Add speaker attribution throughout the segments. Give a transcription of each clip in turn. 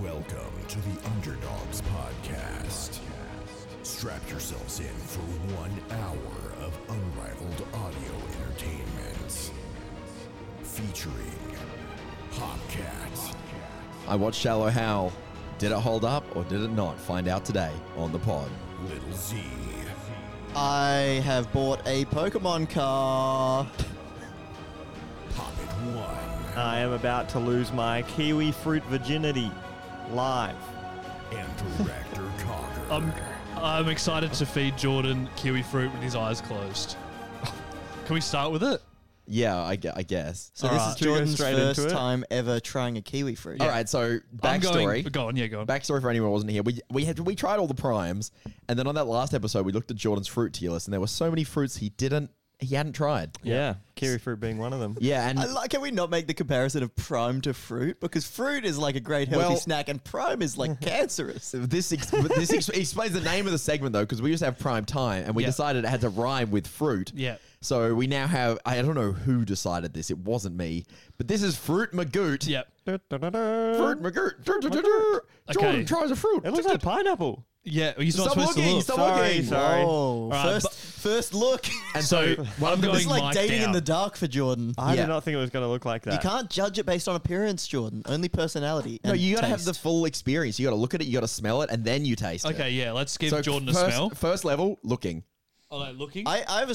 Speaker 1: Welcome to the Underdogs Podcast. Strap yourselves in for one hour of unrivaled audio entertainment. Featuring Hopcat,
Speaker 2: I watched Shallow Hal. Did it hold up or did it not? Find out today on the pod.
Speaker 1: Little Z,
Speaker 3: I have bought a Pokemon car.
Speaker 1: Poppet One,
Speaker 4: I am about to lose my kiwi fruit virginity live.
Speaker 1: and Director Cocker.
Speaker 5: I'm, I'm excited to feed Jordan kiwi fruit with his eyes closed. Can we start with it?
Speaker 2: Yeah, I, gue- I guess.
Speaker 3: So
Speaker 5: All
Speaker 3: this
Speaker 5: right.
Speaker 3: is
Speaker 5: Should we go
Speaker 3: Jordan's
Speaker 4: straight into
Speaker 3: first
Speaker 4: it?
Speaker 3: time ever trying a kiwi fruit.
Speaker 2: All right, so
Speaker 5: I'm going.
Speaker 2: backstory.
Speaker 5: Go on, yeah, go on.
Speaker 2: Backstory for anyone who wasn't here. We we had we tried all the primes, and then on that last episode, we looked at Jordan's fruit tier list, and there were so many fruits he didn't he hadn't tried.
Speaker 4: Yeah. kiwi fruit being one of them.
Speaker 2: Yeah, and
Speaker 3: I like can we not make the comparison of prime to fruit because fruit is like a great healthy
Speaker 2: Well-
Speaker 3: snack and prime is like cancerous.
Speaker 2: this ex- but this ex- explains the name of the segment though, because we used to have prime time, and we
Speaker 5: Yeah.
Speaker 2: decided it had to rhyme with fruit.
Speaker 5: Yeah.
Speaker 2: So we now have I don't know who decided this. It wasn't me, but this is fruit magoot.
Speaker 5: Yep.
Speaker 4: Fruit.
Speaker 2: Fruit magoot. Dur- dur- dur- dur. Jordan
Speaker 5: Okay.
Speaker 2: tries a fruit.
Speaker 4: It looks like pineapple.
Speaker 5: Yeah, he's not
Speaker 2: Stop
Speaker 5: supposed
Speaker 2: looking,
Speaker 5: to look.
Speaker 2: stop
Speaker 4: Sorry,
Speaker 2: looking.
Speaker 4: sorry.
Speaker 3: Oh,
Speaker 5: right,
Speaker 3: first
Speaker 5: but-
Speaker 3: first look.
Speaker 2: And
Speaker 5: So,
Speaker 2: so
Speaker 5: I'm going
Speaker 3: it's like
Speaker 5: mic
Speaker 3: dating in
Speaker 5: down.
Speaker 3: the dark for Jordan.
Speaker 4: I
Speaker 2: Yeah.
Speaker 4: did not think it was going to look like that.
Speaker 3: You can't judge it based on appearance, Jordan. Only personality.
Speaker 2: No,
Speaker 3: and
Speaker 2: you got to have
Speaker 3: taste.
Speaker 2: the full experience. You got to look at it, you got to smell it, and then you taste it.
Speaker 5: Okay, yeah, let's give
Speaker 2: So
Speaker 5: Jordan
Speaker 2: first,
Speaker 5: a smell.
Speaker 2: First level, looking.
Speaker 5: Are they looking?
Speaker 3: I, I have a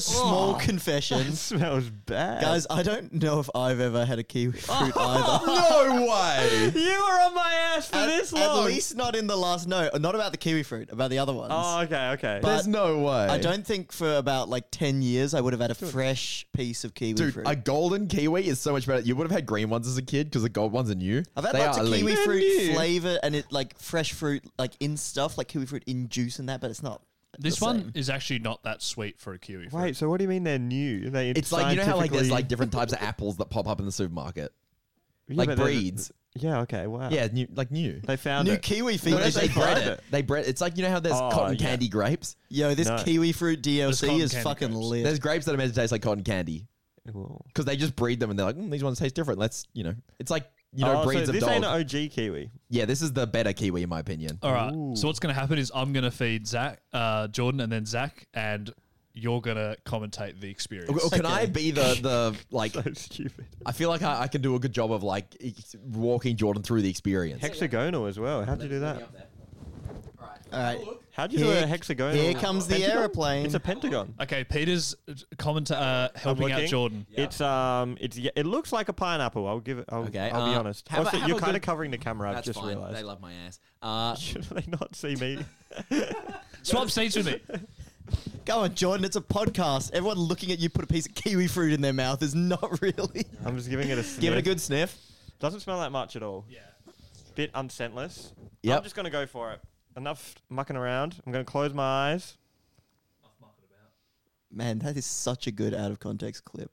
Speaker 2: Oh.
Speaker 3: small confession.
Speaker 4: It smells bad.
Speaker 3: Guys, I don't know if I've ever had a kiwi fruit either.
Speaker 2: No way.
Speaker 4: you were on my ass for
Speaker 3: At,
Speaker 4: this
Speaker 3: at
Speaker 4: long.
Speaker 3: least not in the last no. Not about the kiwi fruit, about the other ones.
Speaker 4: oh, okay, okay.
Speaker 3: But-
Speaker 2: There's no way.
Speaker 3: I don't think for about like 10 years I would have had a fresh piece of kiwi
Speaker 2: Dude,
Speaker 3: fruit.
Speaker 2: a golden kiwi is so much better. You would have had green ones as a kid because the gold ones are new.
Speaker 3: I've had
Speaker 2: They
Speaker 3: lots
Speaker 2: are
Speaker 3: of
Speaker 2: elite.
Speaker 3: kiwi
Speaker 4: They're
Speaker 3: fruit
Speaker 4: new.
Speaker 3: flavor and it like fresh fruit, like in stuff, like kiwi fruit in juice and that, but it's not.
Speaker 5: this
Speaker 3: the
Speaker 5: one
Speaker 3: same.
Speaker 5: is actually not that sweet for a kiwi fruit.
Speaker 4: Wait, so what do you mean they're new? They
Speaker 2: It's like you know how like there's
Speaker 4: scientifically-
Speaker 2: like different types of apples that pop up in the supermarket.
Speaker 4: Yeah,
Speaker 2: like
Speaker 4: but they're-
Speaker 2: breeds.
Speaker 4: Yeah, okay, wow.
Speaker 2: Yeah, new, like new.
Speaker 4: They found
Speaker 3: New
Speaker 4: it.
Speaker 3: kiwi
Speaker 2: No, they,
Speaker 3: features.
Speaker 2: they
Speaker 3: in
Speaker 2: bred
Speaker 3: product.
Speaker 2: it. They bred. It's like you know how there's
Speaker 4: Oh,
Speaker 2: cotton
Speaker 4: yeah.
Speaker 2: candy grapes.
Speaker 3: Yo, this
Speaker 4: No.
Speaker 3: kiwi fruit DLC
Speaker 5: cotton
Speaker 3: is
Speaker 5: candy
Speaker 3: fucking
Speaker 5: grapes.
Speaker 3: lit.
Speaker 2: There's grapes that are meant to taste like cotton candy
Speaker 4: Well,
Speaker 2: because they just breed them and they're like, mm, these ones taste different. Let's you know, it's like you know
Speaker 4: oh, so
Speaker 2: breeds
Speaker 4: this
Speaker 2: of dogs.
Speaker 4: ain't an OG kiwi.
Speaker 2: yeah, this is the better kiwi in my opinion.
Speaker 5: All right. So what's going to happen is I'm going to feed Zach, uh, Jordan, and then Zach, and you're going to commentate the experience.
Speaker 2: Or- or can I be the the like?
Speaker 4: So stupid.
Speaker 2: I feel like I, I can do a good job of like ex- walking Jordan through the experience.
Speaker 4: Hexagonal as well. How'd you do that?
Speaker 3: All right.
Speaker 4: How'd you do
Speaker 3: Here-
Speaker 4: a hexagonal?
Speaker 3: Here comes the
Speaker 4: Pentagon?
Speaker 3: aeroplane.
Speaker 4: It's a pentagon.
Speaker 5: Okay, Peter's comment uh,
Speaker 4: I'm
Speaker 5: helping out
Speaker 4: looking.
Speaker 5: Jordan.
Speaker 4: It's um, it's yeah, it looks like a pineapple. I'll give it. I'll,
Speaker 2: Okay,
Speaker 4: I'll be
Speaker 2: uh,
Speaker 4: honest.
Speaker 2: have a-
Speaker 4: Also,
Speaker 2: have
Speaker 4: you're
Speaker 2: a
Speaker 4: kind of
Speaker 2: good-
Speaker 4: covering the camera. I've
Speaker 2: That's
Speaker 4: just
Speaker 2: fine. They
Speaker 4: realised.
Speaker 2: love my ass. Uh,
Speaker 4: Should they not see me?
Speaker 5: Swap seats with me.
Speaker 3: Go on, Jordan. It's a podcast. Everyone looking at you put a piece of kiwi fruit in their mouth is not really.
Speaker 4: I'm just giving it a. Sniff.
Speaker 3: Give it a good sniff.
Speaker 4: Doesn't smell that much at all. Yeah. Bit unscentless.
Speaker 2: Yep.
Speaker 4: I'm just gonna go for it. Enough mucking around. I'm gonna close my eyes.
Speaker 3: Man, that is such a good out of context clip.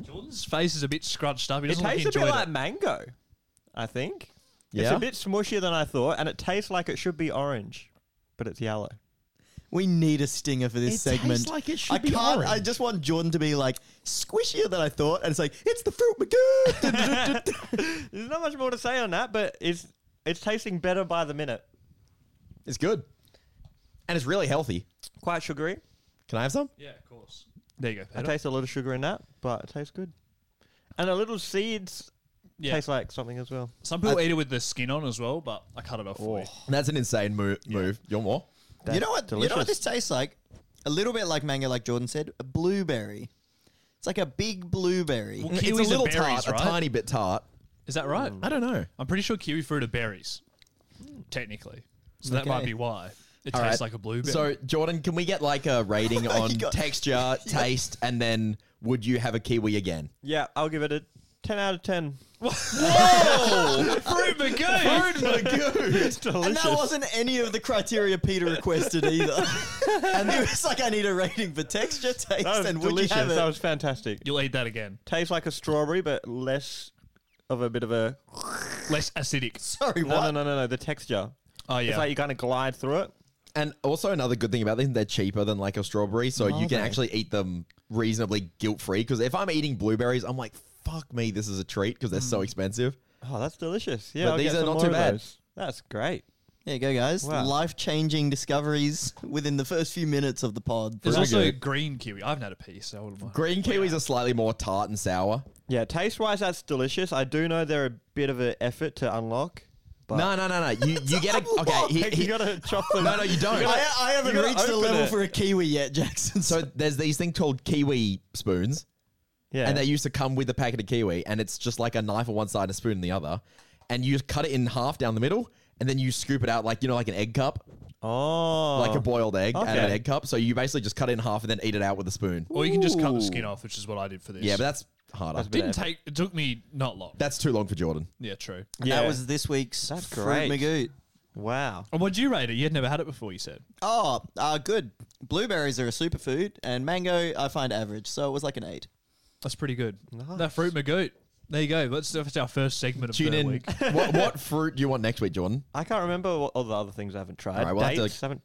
Speaker 5: Jordan's face is a bit scrunched up. He
Speaker 4: It
Speaker 5: doesn't like he
Speaker 4: tastes a bit
Speaker 5: enjoyed
Speaker 4: like
Speaker 5: it.
Speaker 4: mango. I think. It's
Speaker 2: Yeah?
Speaker 4: a bit smushier than I thought, and it tastes like it should be orange, but it's yellow.
Speaker 3: We need a stinger for this
Speaker 2: It tastes
Speaker 3: segment.
Speaker 2: like it should
Speaker 3: I
Speaker 2: be
Speaker 3: can't. I
Speaker 2: orange.
Speaker 3: just want Jordan to be like squishier than I thought, and it's like it's the fruit magoo.
Speaker 4: There's not much more to say on that, but it's it's tasting better by the minute.
Speaker 2: it's good, and it's really healthy.
Speaker 4: Quite sugary.
Speaker 2: Can I have some?
Speaker 5: Yeah, of course. There you go.
Speaker 4: I
Speaker 5: Peter.
Speaker 4: taste a little sugar in that, but it tastes good. And the little seeds
Speaker 5: Yeah.
Speaker 4: taste like something as well.
Speaker 5: Some people eat it with the skin on as well, but I cut it off for you.
Speaker 2: That's an insane move. Move. You're more.
Speaker 3: you know what? You know what
Speaker 4: delicious.
Speaker 3: this tastes like? A little bit like mango, like Jordan said. A blueberry. It's like a big blueberry.
Speaker 5: Well,
Speaker 2: it's a
Speaker 5: kiwis are
Speaker 2: little
Speaker 5: berries,
Speaker 2: tart,
Speaker 5: right?
Speaker 2: a tiny bit tart.
Speaker 5: Is that right?
Speaker 2: I don't know.
Speaker 5: I'm pretty sure kiwi fruit are berries, technically. So that might
Speaker 3: Okay.
Speaker 5: be why it
Speaker 2: All
Speaker 5: tastes
Speaker 2: right.
Speaker 5: like a blueberry.
Speaker 2: So, Jordan, can we get like a rating on
Speaker 3: got-
Speaker 2: texture, taste, and then Would you have a kiwi again?
Speaker 4: Yeah, I'll give it a 10 out of 10.
Speaker 5: Fruit McGee!
Speaker 4: it's
Speaker 3: And
Speaker 4: delicious.
Speaker 3: that wasn't any of the criteria Peter requested either. and it was like, I need a rating for texture, taste,
Speaker 4: That was
Speaker 3: and would you
Speaker 4: delicious.
Speaker 3: have it?
Speaker 4: That was fantastic.
Speaker 5: You'll eat that again.
Speaker 4: Tastes like a strawberry, but less of a bit of a.
Speaker 5: Less acidic.
Speaker 3: Sorry,
Speaker 4: No,
Speaker 3: what?
Speaker 4: no, no, no, no. The texture.
Speaker 5: Oh yeah.
Speaker 4: It's like you kind of glide through it.
Speaker 2: And also another good thing about these, they're cheaper than like a strawberry, so you can
Speaker 3: they?
Speaker 2: actually eat them reasonably guilt free. Because if I'm eating blueberries, I'm like, fuck me, this is a treat because they're so expensive.
Speaker 4: Oh, that's delicious. Yeah,
Speaker 2: But
Speaker 4: I'll
Speaker 2: these
Speaker 4: get
Speaker 2: are
Speaker 4: some
Speaker 2: not
Speaker 4: more
Speaker 2: too
Speaker 4: of
Speaker 2: bad.
Speaker 4: those. That's great.
Speaker 3: There you go, guys.
Speaker 4: Wow.
Speaker 3: Life changing discoveries within the first few minutes of the pod.
Speaker 5: There's
Speaker 3: Right.
Speaker 5: also
Speaker 2: good.
Speaker 5: green kiwi. I haven't had a piece. So I wouldn't mind.
Speaker 2: Green kiwis are slightly more tart and sour.
Speaker 4: Yeah, taste wise, that's delicious. I do know they're a bit of an effort to unlock. But
Speaker 2: No, no, no, no. You you get a okay. he-
Speaker 4: you
Speaker 2: he-
Speaker 4: gotta chop them.
Speaker 2: no, no, you don't.
Speaker 3: I, I haven't
Speaker 4: you gotta
Speaker 3: reached the
Speaker 4: open
Speaker 3: level
Speaker 4: it.
Speaker 3: for a kiwi yet, Jackson.
Speaker 2: so there's these things called kiwi spoons,
Speaker 4: yeah.
Speaker 2: and they used to come with a packet of kiwi, and it's just like a knife on one side and a spoon on the other, and you cut it in half down the middle, and then you scoop it out like you know like an egg cup,
Speaker 4: oh,
Speaker 2: like a boiled egg out of an
Speaker 4: Okay.
Speaker 2: egg cup. So you basically just cut it in half and then eat it out with a spoon.
Speaker 5: Or you can just cut the skin off, which is what I did for this.
Speaker 2: Yeah, but that's harder. That's,
Speaker 5: didn't take. It took me not long.
Speaker 2: too long for Jordan.
Speaker 5: yeah, true.
Speaker 4: Yeah.
Speaker 3: That was this week's
Speaker 4: That's
Speaker 3: Fruit
Speaker 4: great.
Speaker 3: Magoot.
Speaker 4: wow.
Speaker 5: And what'd you rate it? You had never had it before. You said.
Speaker 3: Oh, uh, good. Blueberries are a superfood, and mango I find average, so it was like an eight.
Speaker 5: That's pretty good. That fruit magoot. There you go. That's, that's our first segment of
Speaker 2: Tune
Speaker 5: the
Speaker 2: in.
Speaker 5: week.
Speaker 2: what, what fruit do you want next week, Jordan?
Speaker 4: I can't remember what all the other things I haven't tried.
Speaker 2: All right, we'll have to-
Speaker 4: Dates, haven't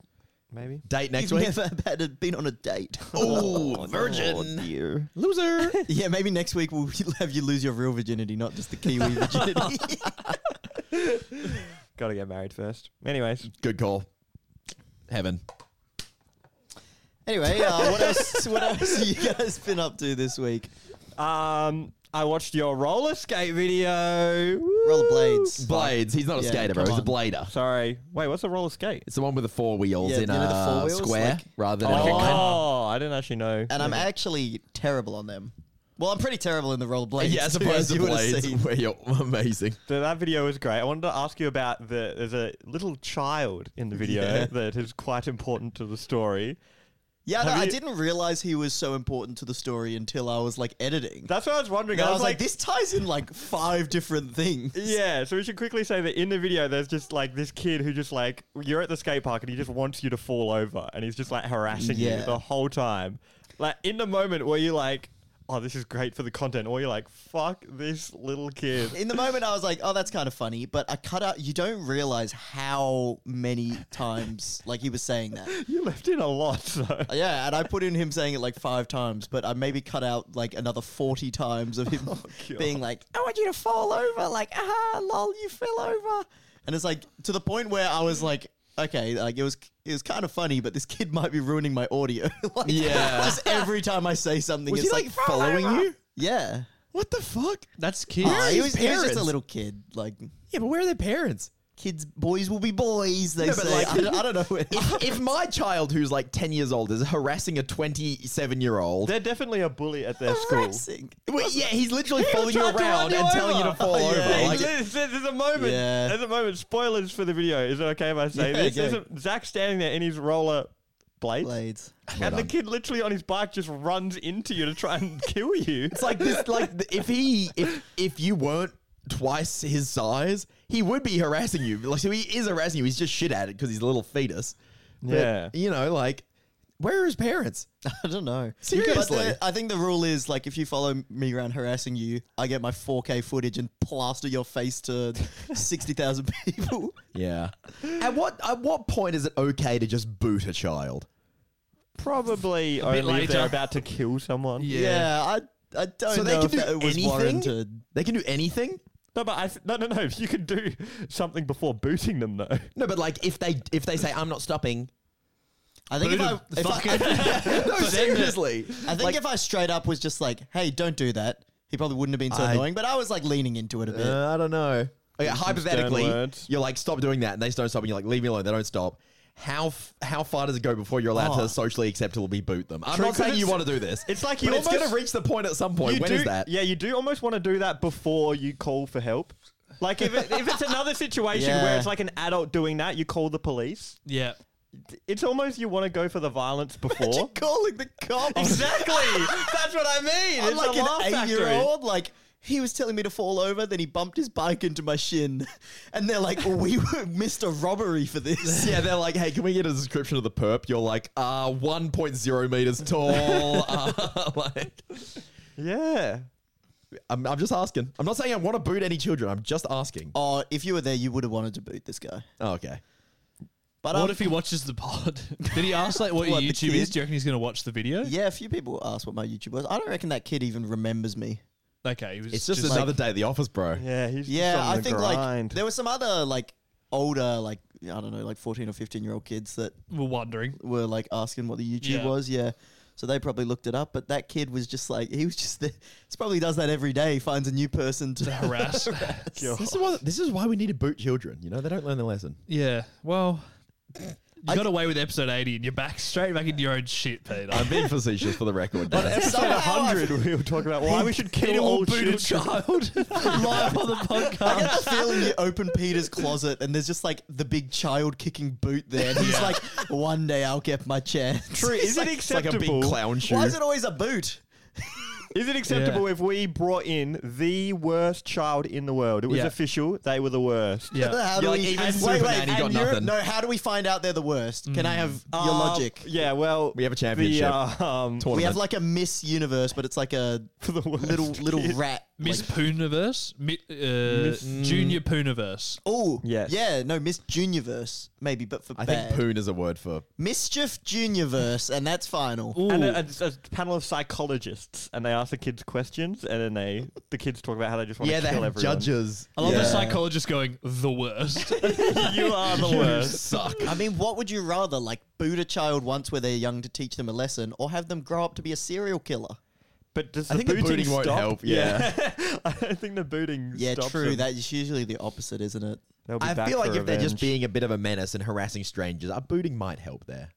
Speaker 4: maybe.
Speaker 2: Date next
Speaker 3: You've
Speaker 2: week.
Speaker 3: never had a, been on a date.
Speaker 2: Oh, virgin.
Speaker 3: dear.
Speaker 2: Loser.
Speaker 3: Yeah, maybe next week we'll have you lose your real virginity, not just the kiwi virginity.
Speaker 4: Got to get married first. Anyways,
Speaker 2: Good call. Heaven.
Speaker 3: anyway, uh, what else? What else have you guys been up to this week?
Speaker 4: um, I watched your roller skate video. Woo!
Speaker 3: Rollerblades.
Speaker 2: Blades. He's not a
Speaker 3: Yeah,
Speaker 2: skater, bro.
Speaker 3: come
Speaker 2: He's a
Speaker 3: on.
Speaker 2: blader.
Speaker 4: Sorry. Wait, what's a roller skate?
Speaker 2: It's the one with the four wheels
Speaker 3: Yeah,
Speaker 2: in
Speaker 3: you
Speaker 2: a
Speaker 3: know the four wheels,
Speaker 2: square
Speaker 3: like-
Speaker 2: rather than a line.
Speaker 4: Oh, I didn't actually know.
Speaker 3: And I'm actually terrible on them. Well, I'm pretty terrible in the rollerblades.
Speaker 2: Yeah, as
Speaker 3: too,
Speaker 2: opposed
Speaker 3: as
Speaker 2: to
Speaker 3: you would've
Speaker 2: blades,
Speaker 3: seen.
Speaker 2: where you're amazing.
Speaker 4: So that video was great. I wanted to ask you about the. There's a little child in the video
Speaker 3: Yeah.
Speaker 4: that is quite important to the story.
Speaker 3: Yeah, no,
Speaker 4: Have
Speaker 3: I
Speaker 4: you-
Speaker 3: didn't realize he was so important to the story until I was like editing.
Speaker 4: That's what I was wondering.
Speaker 3: And
Speaker 4: I was like,
Speaker 3: this ties in like five different things.
Speaker 4: Yeah, so we should quickly say that in the video, there's just like this kid who just like you're at the skate park and he just wants you to fall over, and he's just like harassing
Speaker 3: Yeah.
Speaker 4: you the whole time. Like in the moment where you're like, "Oh, this is great for the content," or you're like, "Fuck this little kid."
Speaker 3: In the moment, I was like, "Oh, that's kind of funny," but I cut out. You don't realize how many times like he was saying that.
Speaker 4: you left in a lot, though.
Speaker 3: Yeah, and I put in him saying it like five times, but I maybe cut out like another forty times of him
Speaker 2: Oh,
Speaker 3: being like, "I want you to fall over," like, "Aha, lol, you fell over," and it's like to the point where I was like. Okay, like it was, it was kind of funny, but this kid might be ruining my audio. like,
Speaker 2: Yeah.
Speaker 3: just every time I say something,
Speaker 2: Was
Speaker 3: it's
Speaker 2: he like following you?
Speaker 3: Yeah,
Speaker 2: What the fuck?
Speaker 5: That's kids.
Speaker 3: Oh, he,
Speaker 2: his
Speaker 3: was, he was just a
Speaker 2: parents?
Speaker 3: little kid. Like
Speaker 2: Yeah, but where are their parents?
Speaker 3: kids, boys will be boys. They
Speaker 2: No, but
Speaker 3: say.
Speaker 2: like-
Speaker 3: I, don't, I don't know. Where,
Speaker 2: If, if my child, who's like 10 years old, is harassing a 27 year old,
Speaker 4: They're definitely a bully at their school.
Speaker 3: Harassing.
Speaker 2: Well, yeah, he's literally following you
Speaker 4: tried to run
Speaker 2: around
Speaker 4: you
Speaker 2: and telling you to
Speaker 4: over.
Speaker 2: fall
Speaker 3: Oh,
Speaker 2: over.
Speaker 3: yeah.
Speaker 4: Hey,
Speaker 2: Like,
Speaker 4: Liz, there's, there's a moment.
Speaker 3: Yeah.
Speaker 4: There's a moment. Spoilers for the video. Is it okay if I say
Speaker 3: Yeah,
Speaker 4: this? There's
Speaker 3: okay.
Speaker 4: a- Zach standing there in his roller blades,
Speaker 3: Blades.
Speaker 4: and the kid literally on his bike just runs into you to try and kill you.
Speaker 2: it's like this. Like th- if he, if if you weren't twice his size, he would be harassing you. Like so, he is harassing you. He's just shit at it because he's a little fetus. But,
Speaker 4: Yeah.
Speaker 2: you know, like where are his parents?
Speaker 3: I don't know.
Speaker 2: Seriously?
Speaker 3: But the- I think the rule is like if you follow me around harassing you, I get my 4K footage and plaster your face to 60,000 people.
Speaker 2: Yeah. At what at what point is it okay to just boot a child?
Speaker 4: Probably
Speaker 5: bit
Speaker 4: only if they're
Speaker 5: later.
Speaker 4: about to kill someone.
Speaker 5: Yeah.
Speaker 3: Yeah, I, I
Speaker 2: So
Speaker 3: don't know
Speaker 2: they
Speaker 3: if
Speaker 2: can do
Speaker 3: that was
Speaker 2: anything.
Speaker 3: warranted.
Speaker 2: They can do anything.
Speaker 4: No, but I th- no, no, no. You can do something before booting them, though.
Speaker 2: No, but like if they if they say I'm not stopping.
Speaker 3: I think if I, if I,
Speaker 2: no, seriously.
Speaker 3: I think if I straight up was just like, hey, don't do that, he probably wouldn't have been so
Speaker 2: I-
Speaker 3: annoying, but I was like leaning into it a bit.
Speaker 2: Uh, I don't know. Okay, hypothetically,
Speaker 4: words.
Speaker 2: you're like, stop doing that, and they don't stop, and you're like, leave me alone. They don't stop. How f- how far does it go before you're allowed
Speaker 3: Oh.
Speaker 2: to socially acceptably boot them? I'm
Speaker 4: True,
Speaker 2: not saying
Speaker 4: 'cause
Speaker 2: you
Speaker 4: it's-
Speaker 2: want to do this.
Speaker 4: it's like
Speaker 2: But
Speaker 4: you
Speaker 2: it's going
Speaker 4: almost-
Speaker 2: to reach the point at some point.
Speaker 4: You
Speaker 2: When
Speaker 4: do,
Speaker 2: is that?
Speaker 4: Yeah, you do almost want to do that before you call for help. Like if, it, if it's another situation
Speaker 3: Yeah.
Speaker 4: where it's like an adult doing that, you call the police.
Speaker 5: Yeah.
Speaker 4: It's almost you want to go for the violence
Speaker 3: Imagine
Speaker 4: before.
Speaker 3: calling the cops.
Speaker 4: exactly. That's what I mean.
Speaker 3: I'm
Speaker 4: it's
Speaker 3: like
Speaker 4: a laugh
Speaker 3: an
Speaker 4: factory.
Speaker 3: eight-year-old. Like he was telling me to fall over, then he bumped his bike into my shin, and they're like, "Oh, "We were- missed a robbery for this."
Speaker 2: Yeah, they're like, hey, can we get a description of the perp? You're like, uh, 1.0 meters tall. uh, like,
Speaker 4: Yeah.
Speaker 2: I'm, I'm just asking. I'm not saying I want to boot any children. I'm just asking.
Speaker 3: Oh, if you were there, you would have wanted to boot this guy.
Speaker 2: Oh, okay.
Speaker 3: But
Speaker 5: What
Speaker 3: um,
Speaker 5: if he watches the pod? Did he ask like what,
Speaker 3: What, the
Speaker 5: your YouTube is?
Speaker 3: kid?
Speaker 5: Do you reckon he's going to watch the video?
Speaker 3: yeah, a few people asked what my YouTube was. I don't reckon that kid even remembers me.
Speaker 5: Okay, he was
Speaker 2: It's just,
Speaker 5: like-
Speaker 2: another day at the office, bro.
Speaker 4: Yeah. He's just
Speaker 3: Yeah,
Speaker 4: on
Speaker 3: I
Speaker 4: the
Speaker 3: think
Speaker 4: grind.
Speaker 3: like there were some other like older like I don't know like fourteen or fifteen year old kids that
Speaker 5: we're wondering.
Speaker 3: were like asking what the YouTube
Speaker 5: Yeah.
Speaker 3: was. Yeah. So they probably looked it up, but that kid was just like he was just there. He probably does that every day. Finds a new person to
Speaker 5: harass.
Speaker 2: This is, why, this is why we need to boot children. You know, they don't learn their lesson.
Speaker 5: Yeah. Well, you got away with episode 80 and you're back straight back into your own shit, Peter.
Speaker 2: I'm being facetious for the record.
Speaker 4: Episode
Speaker 3: Somehow I-
Speaker 4: 100, we were talking about why we should kill
Speaker 5: Peter will
Speaker 4: all
Speaker 5: boot a
Speaker 4: children.
Speaker 5: child live on the podcast.
Speaker 3: I get the feeling you open Peter's closet and there's just like the big child kicking boot there, and he's like, "One day I'll get my chance."
Speaker 4: True,
Speaker 3: It's
Speaker 4: is
Speaker 3: like,
Speaker 4: it
Speaker 2: it's like a big
Speaker 4: acceptable?
Speaker 2: clown shoe.
Speaker 3: why is it always a boot?
Speaker 4: is it acceptable
Speaker 5: Yeah.
Speaker 4: if we brought in the worst child in the world? It was
Speaker 5: Yeah.
Speaker 4: official; they were the worst.
Speaker 5: yeah.
Speaker 3: How do
Speaker 2: You're
Speaker 3: we
Speaker 2: like, even
Speaker 3: and-
Speaker 2: Super Nanny got
Speaker 3: and you're-
Speaker 2: nothing.
Speaker 3: No, how do we find out they're the worst? Can I have Ah, your
Speaker 4: Uh,
Speaker 3: logic?
Speaker 4: Yeah, well,
Speaker 2: We have a championship.
Speaker 4: The, uh, um,
Speaker 3: We have like a Miss Universe, but it's like a
Speaker 4: the worst
Speaker 3: little little rat.
Speaker 5: Miss Pooniverse? Mi- uh, Junior Pooniverse.
Speaker 3: Oh,
Speaker 4: Yes.
Speaker 3: yeah, no, Miss Juniverse maybe, but for
Speaker 2: I
Speaker 3: bad.
Speaker 2: think poon is a word for.
Speaker 3: Mischief Juniverse, and that's final.
Speaker 4: and a, a, a panel of psychologists, and they ask the kids questions, and then they the kids talk about how they just want to kill everyone.
Speaker 2: judges.
Speaker 5: I love
Speaker 2: yeah.
Speaker 5: the psychologist going, the worst.
Speaker 4: you are the worst.
Speaker 2: Suck.
Speaker 3: I mean, what would you rather, like, boot a child once where they're young to teach them a lesson, or have them grow up to be a serial killer?
Speaker 4: But does
Speaker 2: I think the
Speaker 4: booting,
Speaker 2: booting won't
Speaker 4: stop?
Speaker 2: help, yeah.
Speaker 4: I think the booting.
Speaker 3: Yeah,
Speaker 4: stops
Speaker 3: true.
Speaker 4: them.
Speaker 3: That is usually the opposite, isn't it?
Speaker 4: They'll be
Speaker 2: I
Speaker 4: back
Speaker 2: feel like if
Speaker 4: for
Speaker 2: they're just
Speaker 4: revenge.
Speaker 2: being a bit of a menace and harassing strangers, a booting might help there.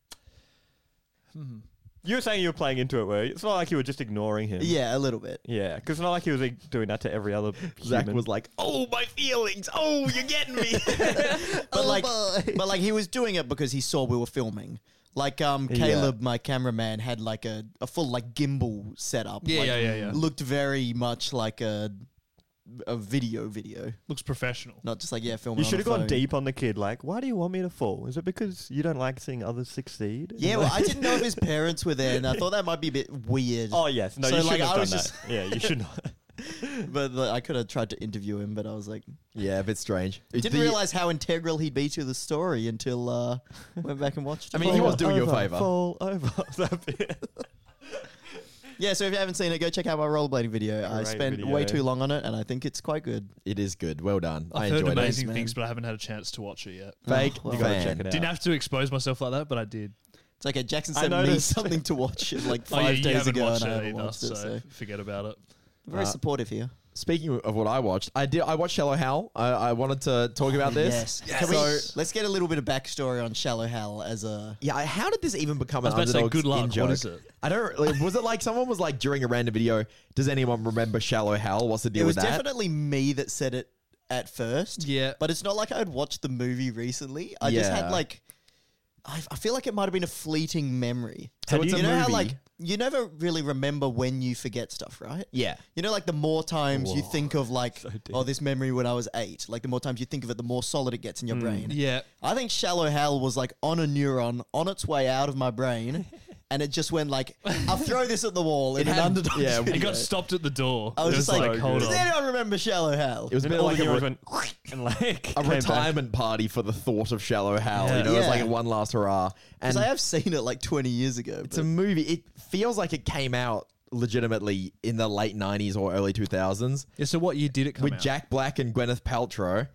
Speaker 4: you were saying you were playing into it, were you? It's not like you were just ignoring him.
Speaker 3: Yeah, a little bit.
Speaker 4: Yeah, because it's not like he was like, doing that to every other.
Speaker 2: Zach
Speaker 4: human.
Speaker 2: was like, "Oh my feelings! Oh, you're getting me." Oh,
Speaker 3: But like, but like, he was doing it because he saw we were filming. Like, um, Caleb, my cameraman, had like a, a full like gimbal setup.
Speaker 5: Yeah,
Speaker 3: like,
Speaker 5: yeah, yeah, yeah.
Speaker 3: Looked very much like a a video video,
Speaker 5: Looks professional.
Speaker 3: not just like yeah, filming.
Speaker 4: You
Speaker 3: on
Speaker 4: should
Speaker 3: a
Speaker 4: have gone
Speaker 3: phone.
Speaker 4: deep on the kid. Like, why do you want me to fall? Is it because you don't like seeing others succeed?
Speaker 3: Yeah, well, I didn't know if his parents were there, and I thought that might be a bit weird.
Speaker 4: Oh yes, no,
Speaker 3: So,
Speaker 4: you should
Speaker 3: like,
Speaker 4: have
Speaker 3: I
Speaker 4: done
Speaker 3: was
Speaker 4: that.
Speaker 3: just-
Speaker 4: Yeah, you should not.
Speaker 3: but like, I could have tried to interview him, but I was like,
Speaker 2: yeah, a bit strange.
Speaker 3: didn't realize how integral he'd be to the story until uh, went back and watched.
Speaker 2: I
Speaker 3: it.
Speaker 2: mean, he was doing you a
Speaker 4: Over,
Speaker 2: favor.
Speaker 4: Fall over. That bit.
Speaker 3: yeah. So if you haven't seen it, go check out my rollerblading video. I
Speaker 4: Great
Speaker 3: spent
Speaker 4: video.
Speaker 3: way too long on it, and I think it's quite good.
Speaker 2: It is good. Well done. I
Speaker 5: I've heard
Speaker 2: enjoyed it.
Speaker 5: amazing
Speaker 3: man.
Speaker 5: things, but I haven't had a chance to watch it yet.
Speaker 2: Fake
Speaker 3: Oh, well.
Speaker 2: fan.
Speaker 3: You gotta
Speaker 4: Check it out.
Speaker 5: Didn't have to expose myself like that, but I did.
Speaker 3: It's like a Jackson
Speaker 4: I
Speaker 3: sent me
Speaker 4: noticed.
Speaker 3: something to watch it like
Speaker 5: Oh, yeah,
Speaker 3: five
Speaker 5: you
Speaker 3: days
Speaker 5: haven't
Speaker 3: ago,
Speaker 5: watched
Speaker 3: and I
Speaker 5: it
Speaker 3: haven't
Speaker 5: either,
Speaker 3: watched
Speaker 5: so,
Speaker 3: it. So
Speaker 5: forget about it.
Speaker 3: very supportive here.
Speaker 2: Speaking of what I watched, I did. I watched Shallow Hal. I, I wanted to talk about this.
Speaker 3: Oh, Yes.
Speaker 2: Yeah,
Speaker 3: Can we,
Speaker 2: So,
Speaker 3: let's get a little bit of backstory on Shallow Hal as a.
Speaker 2: yeah. I- How did this even become
Speaker 5: I
Speaker 2: an
Speaker 5: was about to say,
Speaker 2: underdog
Speaker 5: good luck.
Speaker 2: in
Speaker 5: What
Speaker 2: joke?
Speaker 5: is it?
Speaker 2: I don't. Like, was it like someone was like during a random video? Does anyone remember Shallow Hal? What's the deal
Speaker 3: It was
Speaker 2: with that?
Speaker 3: definitely me that said it at first.
Speaker 5: Yeah.
Speaker 3: But it's not like I had watched the movie recently. I just
Speaker 2: Yeah.
Speaker 3: had like. I, I feel like it might have been a fleeting memory.
Speaker 2: So Have it's
Speaker 3: you
Speaker 2: you- a
Speaker 3: know how
Speaker 2: movie.
Speaker 3: like you never really remember when you forget stuff, right?
Speaker 2: yeah.
Speaker 3: You know, like the more times you think of like, oh, this memory when I was eight. Like the more times you think of it, the more solid it gets in your brain.
Speaker 5: Yeah.
Speaker 3: I think shallow hell was like on a neuron on its way out of my brain, and it just went like, I'll throw this at the wall in an
Speaker 2: had-
Speaker 3: underdog.
Speaker 2: yeah,
Speaker 3: video.
Speaker 5: It got stopped at the door.
Speaker 3: I was
Speaker 5: it
Speaker 3: just
Speaker 5: was
Speaker 3: like,
Speaker 5: like, hold
Speaker 3: does
Speaker 5: on.
Speaker 3: anyone remember shallow hell?
Speaker 2: It was a
Speaker 4: And
Speaker 2: bit
Speaker 4: all
Speaker 2: like
Speaker 4: the
Speaker 2: a,
Speaker 4: neurons
Speaker 2: re-
Speaker 4: went and like
Speaker 2: a
Speaker 4: came back.
Speaker 2: retirement party for the thought of Shallow Hal. You know, it was
Speaker 3: Yeah.
Speaker 2: like a one last hurrah. And
Speaker 3: Because I have seen it like twenty years ago.
Speaker 2: it's a movie. It feels like it came out legitimately in the late '90s or early 2000s
Speaker 5: Yeah, so what you did it come
Speaker 2: with
Speaker 5: out?
Speaker 2: Jack Black and Gwyneth Paltrow.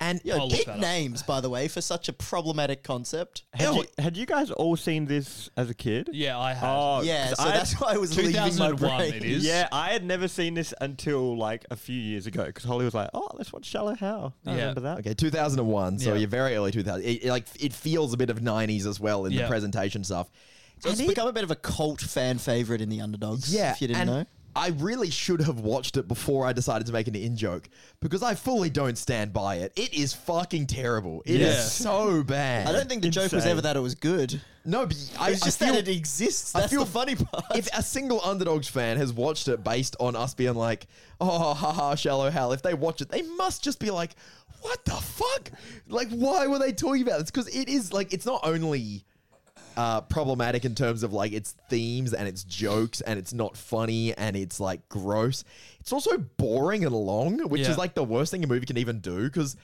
Speaker 2: And
Speaker 3: Yeah,
Speaker 5: I'll look
Speaker 3: pick
Speaker 5: that up.
Speaker 3: names, by the way, for such a problematic concept.
Speaker 4: Had you, had you guys all seen this as a kid?
Speaker 5: Yeah, I had.
Speaker 4: Oh,
Speaker 3: yeah,
Speaker 4: 'cause
Speaker 3: so
Speaker 4: I had-
Speaker 3: that's why I was leaving my
Speaker 5: 2001
Speaker 3: brain.
Speaker 5: it is.
Speaker 4: Yeah, I had never seen this until like a few years ago because Holly was like, "Oh, let's watch Shallow Hal." I
Speaker 5: Yeah.
Speaker 4: remember that.
Speaker 2: Okay, 2001. So
Speaker 5: Yeah.
Speaker 2: you're very early 2000. It, it, like it feels a bit of 90s as well in the
Speaker 5: Yeah.
Speaker 2: presentation stuff.
Speaker 3: So it's
Speaker 2: And it-
Speaker 3: become a bit of a cult fan favorite in the underdogs.
Speaker 2: yeah,
Speaker 3: if you didn't
Speaker 2: and
Speaker 3: know.
Speaker 2: I really should have watched it before I decided to make an in joke because I fully don't stand by it. It is fucking terrible. It is
Speaker 5: Yeah.
Speaker 2: so bad.
Speaker 3: I don't think the joke was
Speaker 4: Insane.
Speaker 3: ever that it was good.
Speaker 2: No, but I,
Speaker 3: It's
Speaker 2: I
Speaker 3: just
Speaker 2: feel-
Speaker 3: that it exists.
Speaker 2: I
Speaker 3: That's
Speaker 2: feel-
Speaker 3: the funny part.
Speaker 2: if a single underdogs fan has watched it based on us being like, oh, haha, shallow hell, if they watch it, they must just be like, what the fuck? Like, why were they talking about this? Because it is like, it's not only uh, problematic in terms of like its themes and its jokes and it's not funny and it's like gross. It's also boring and long, which
Speaker 5: Yeah.
Speaker 2: is like the worst thing a movie can even do because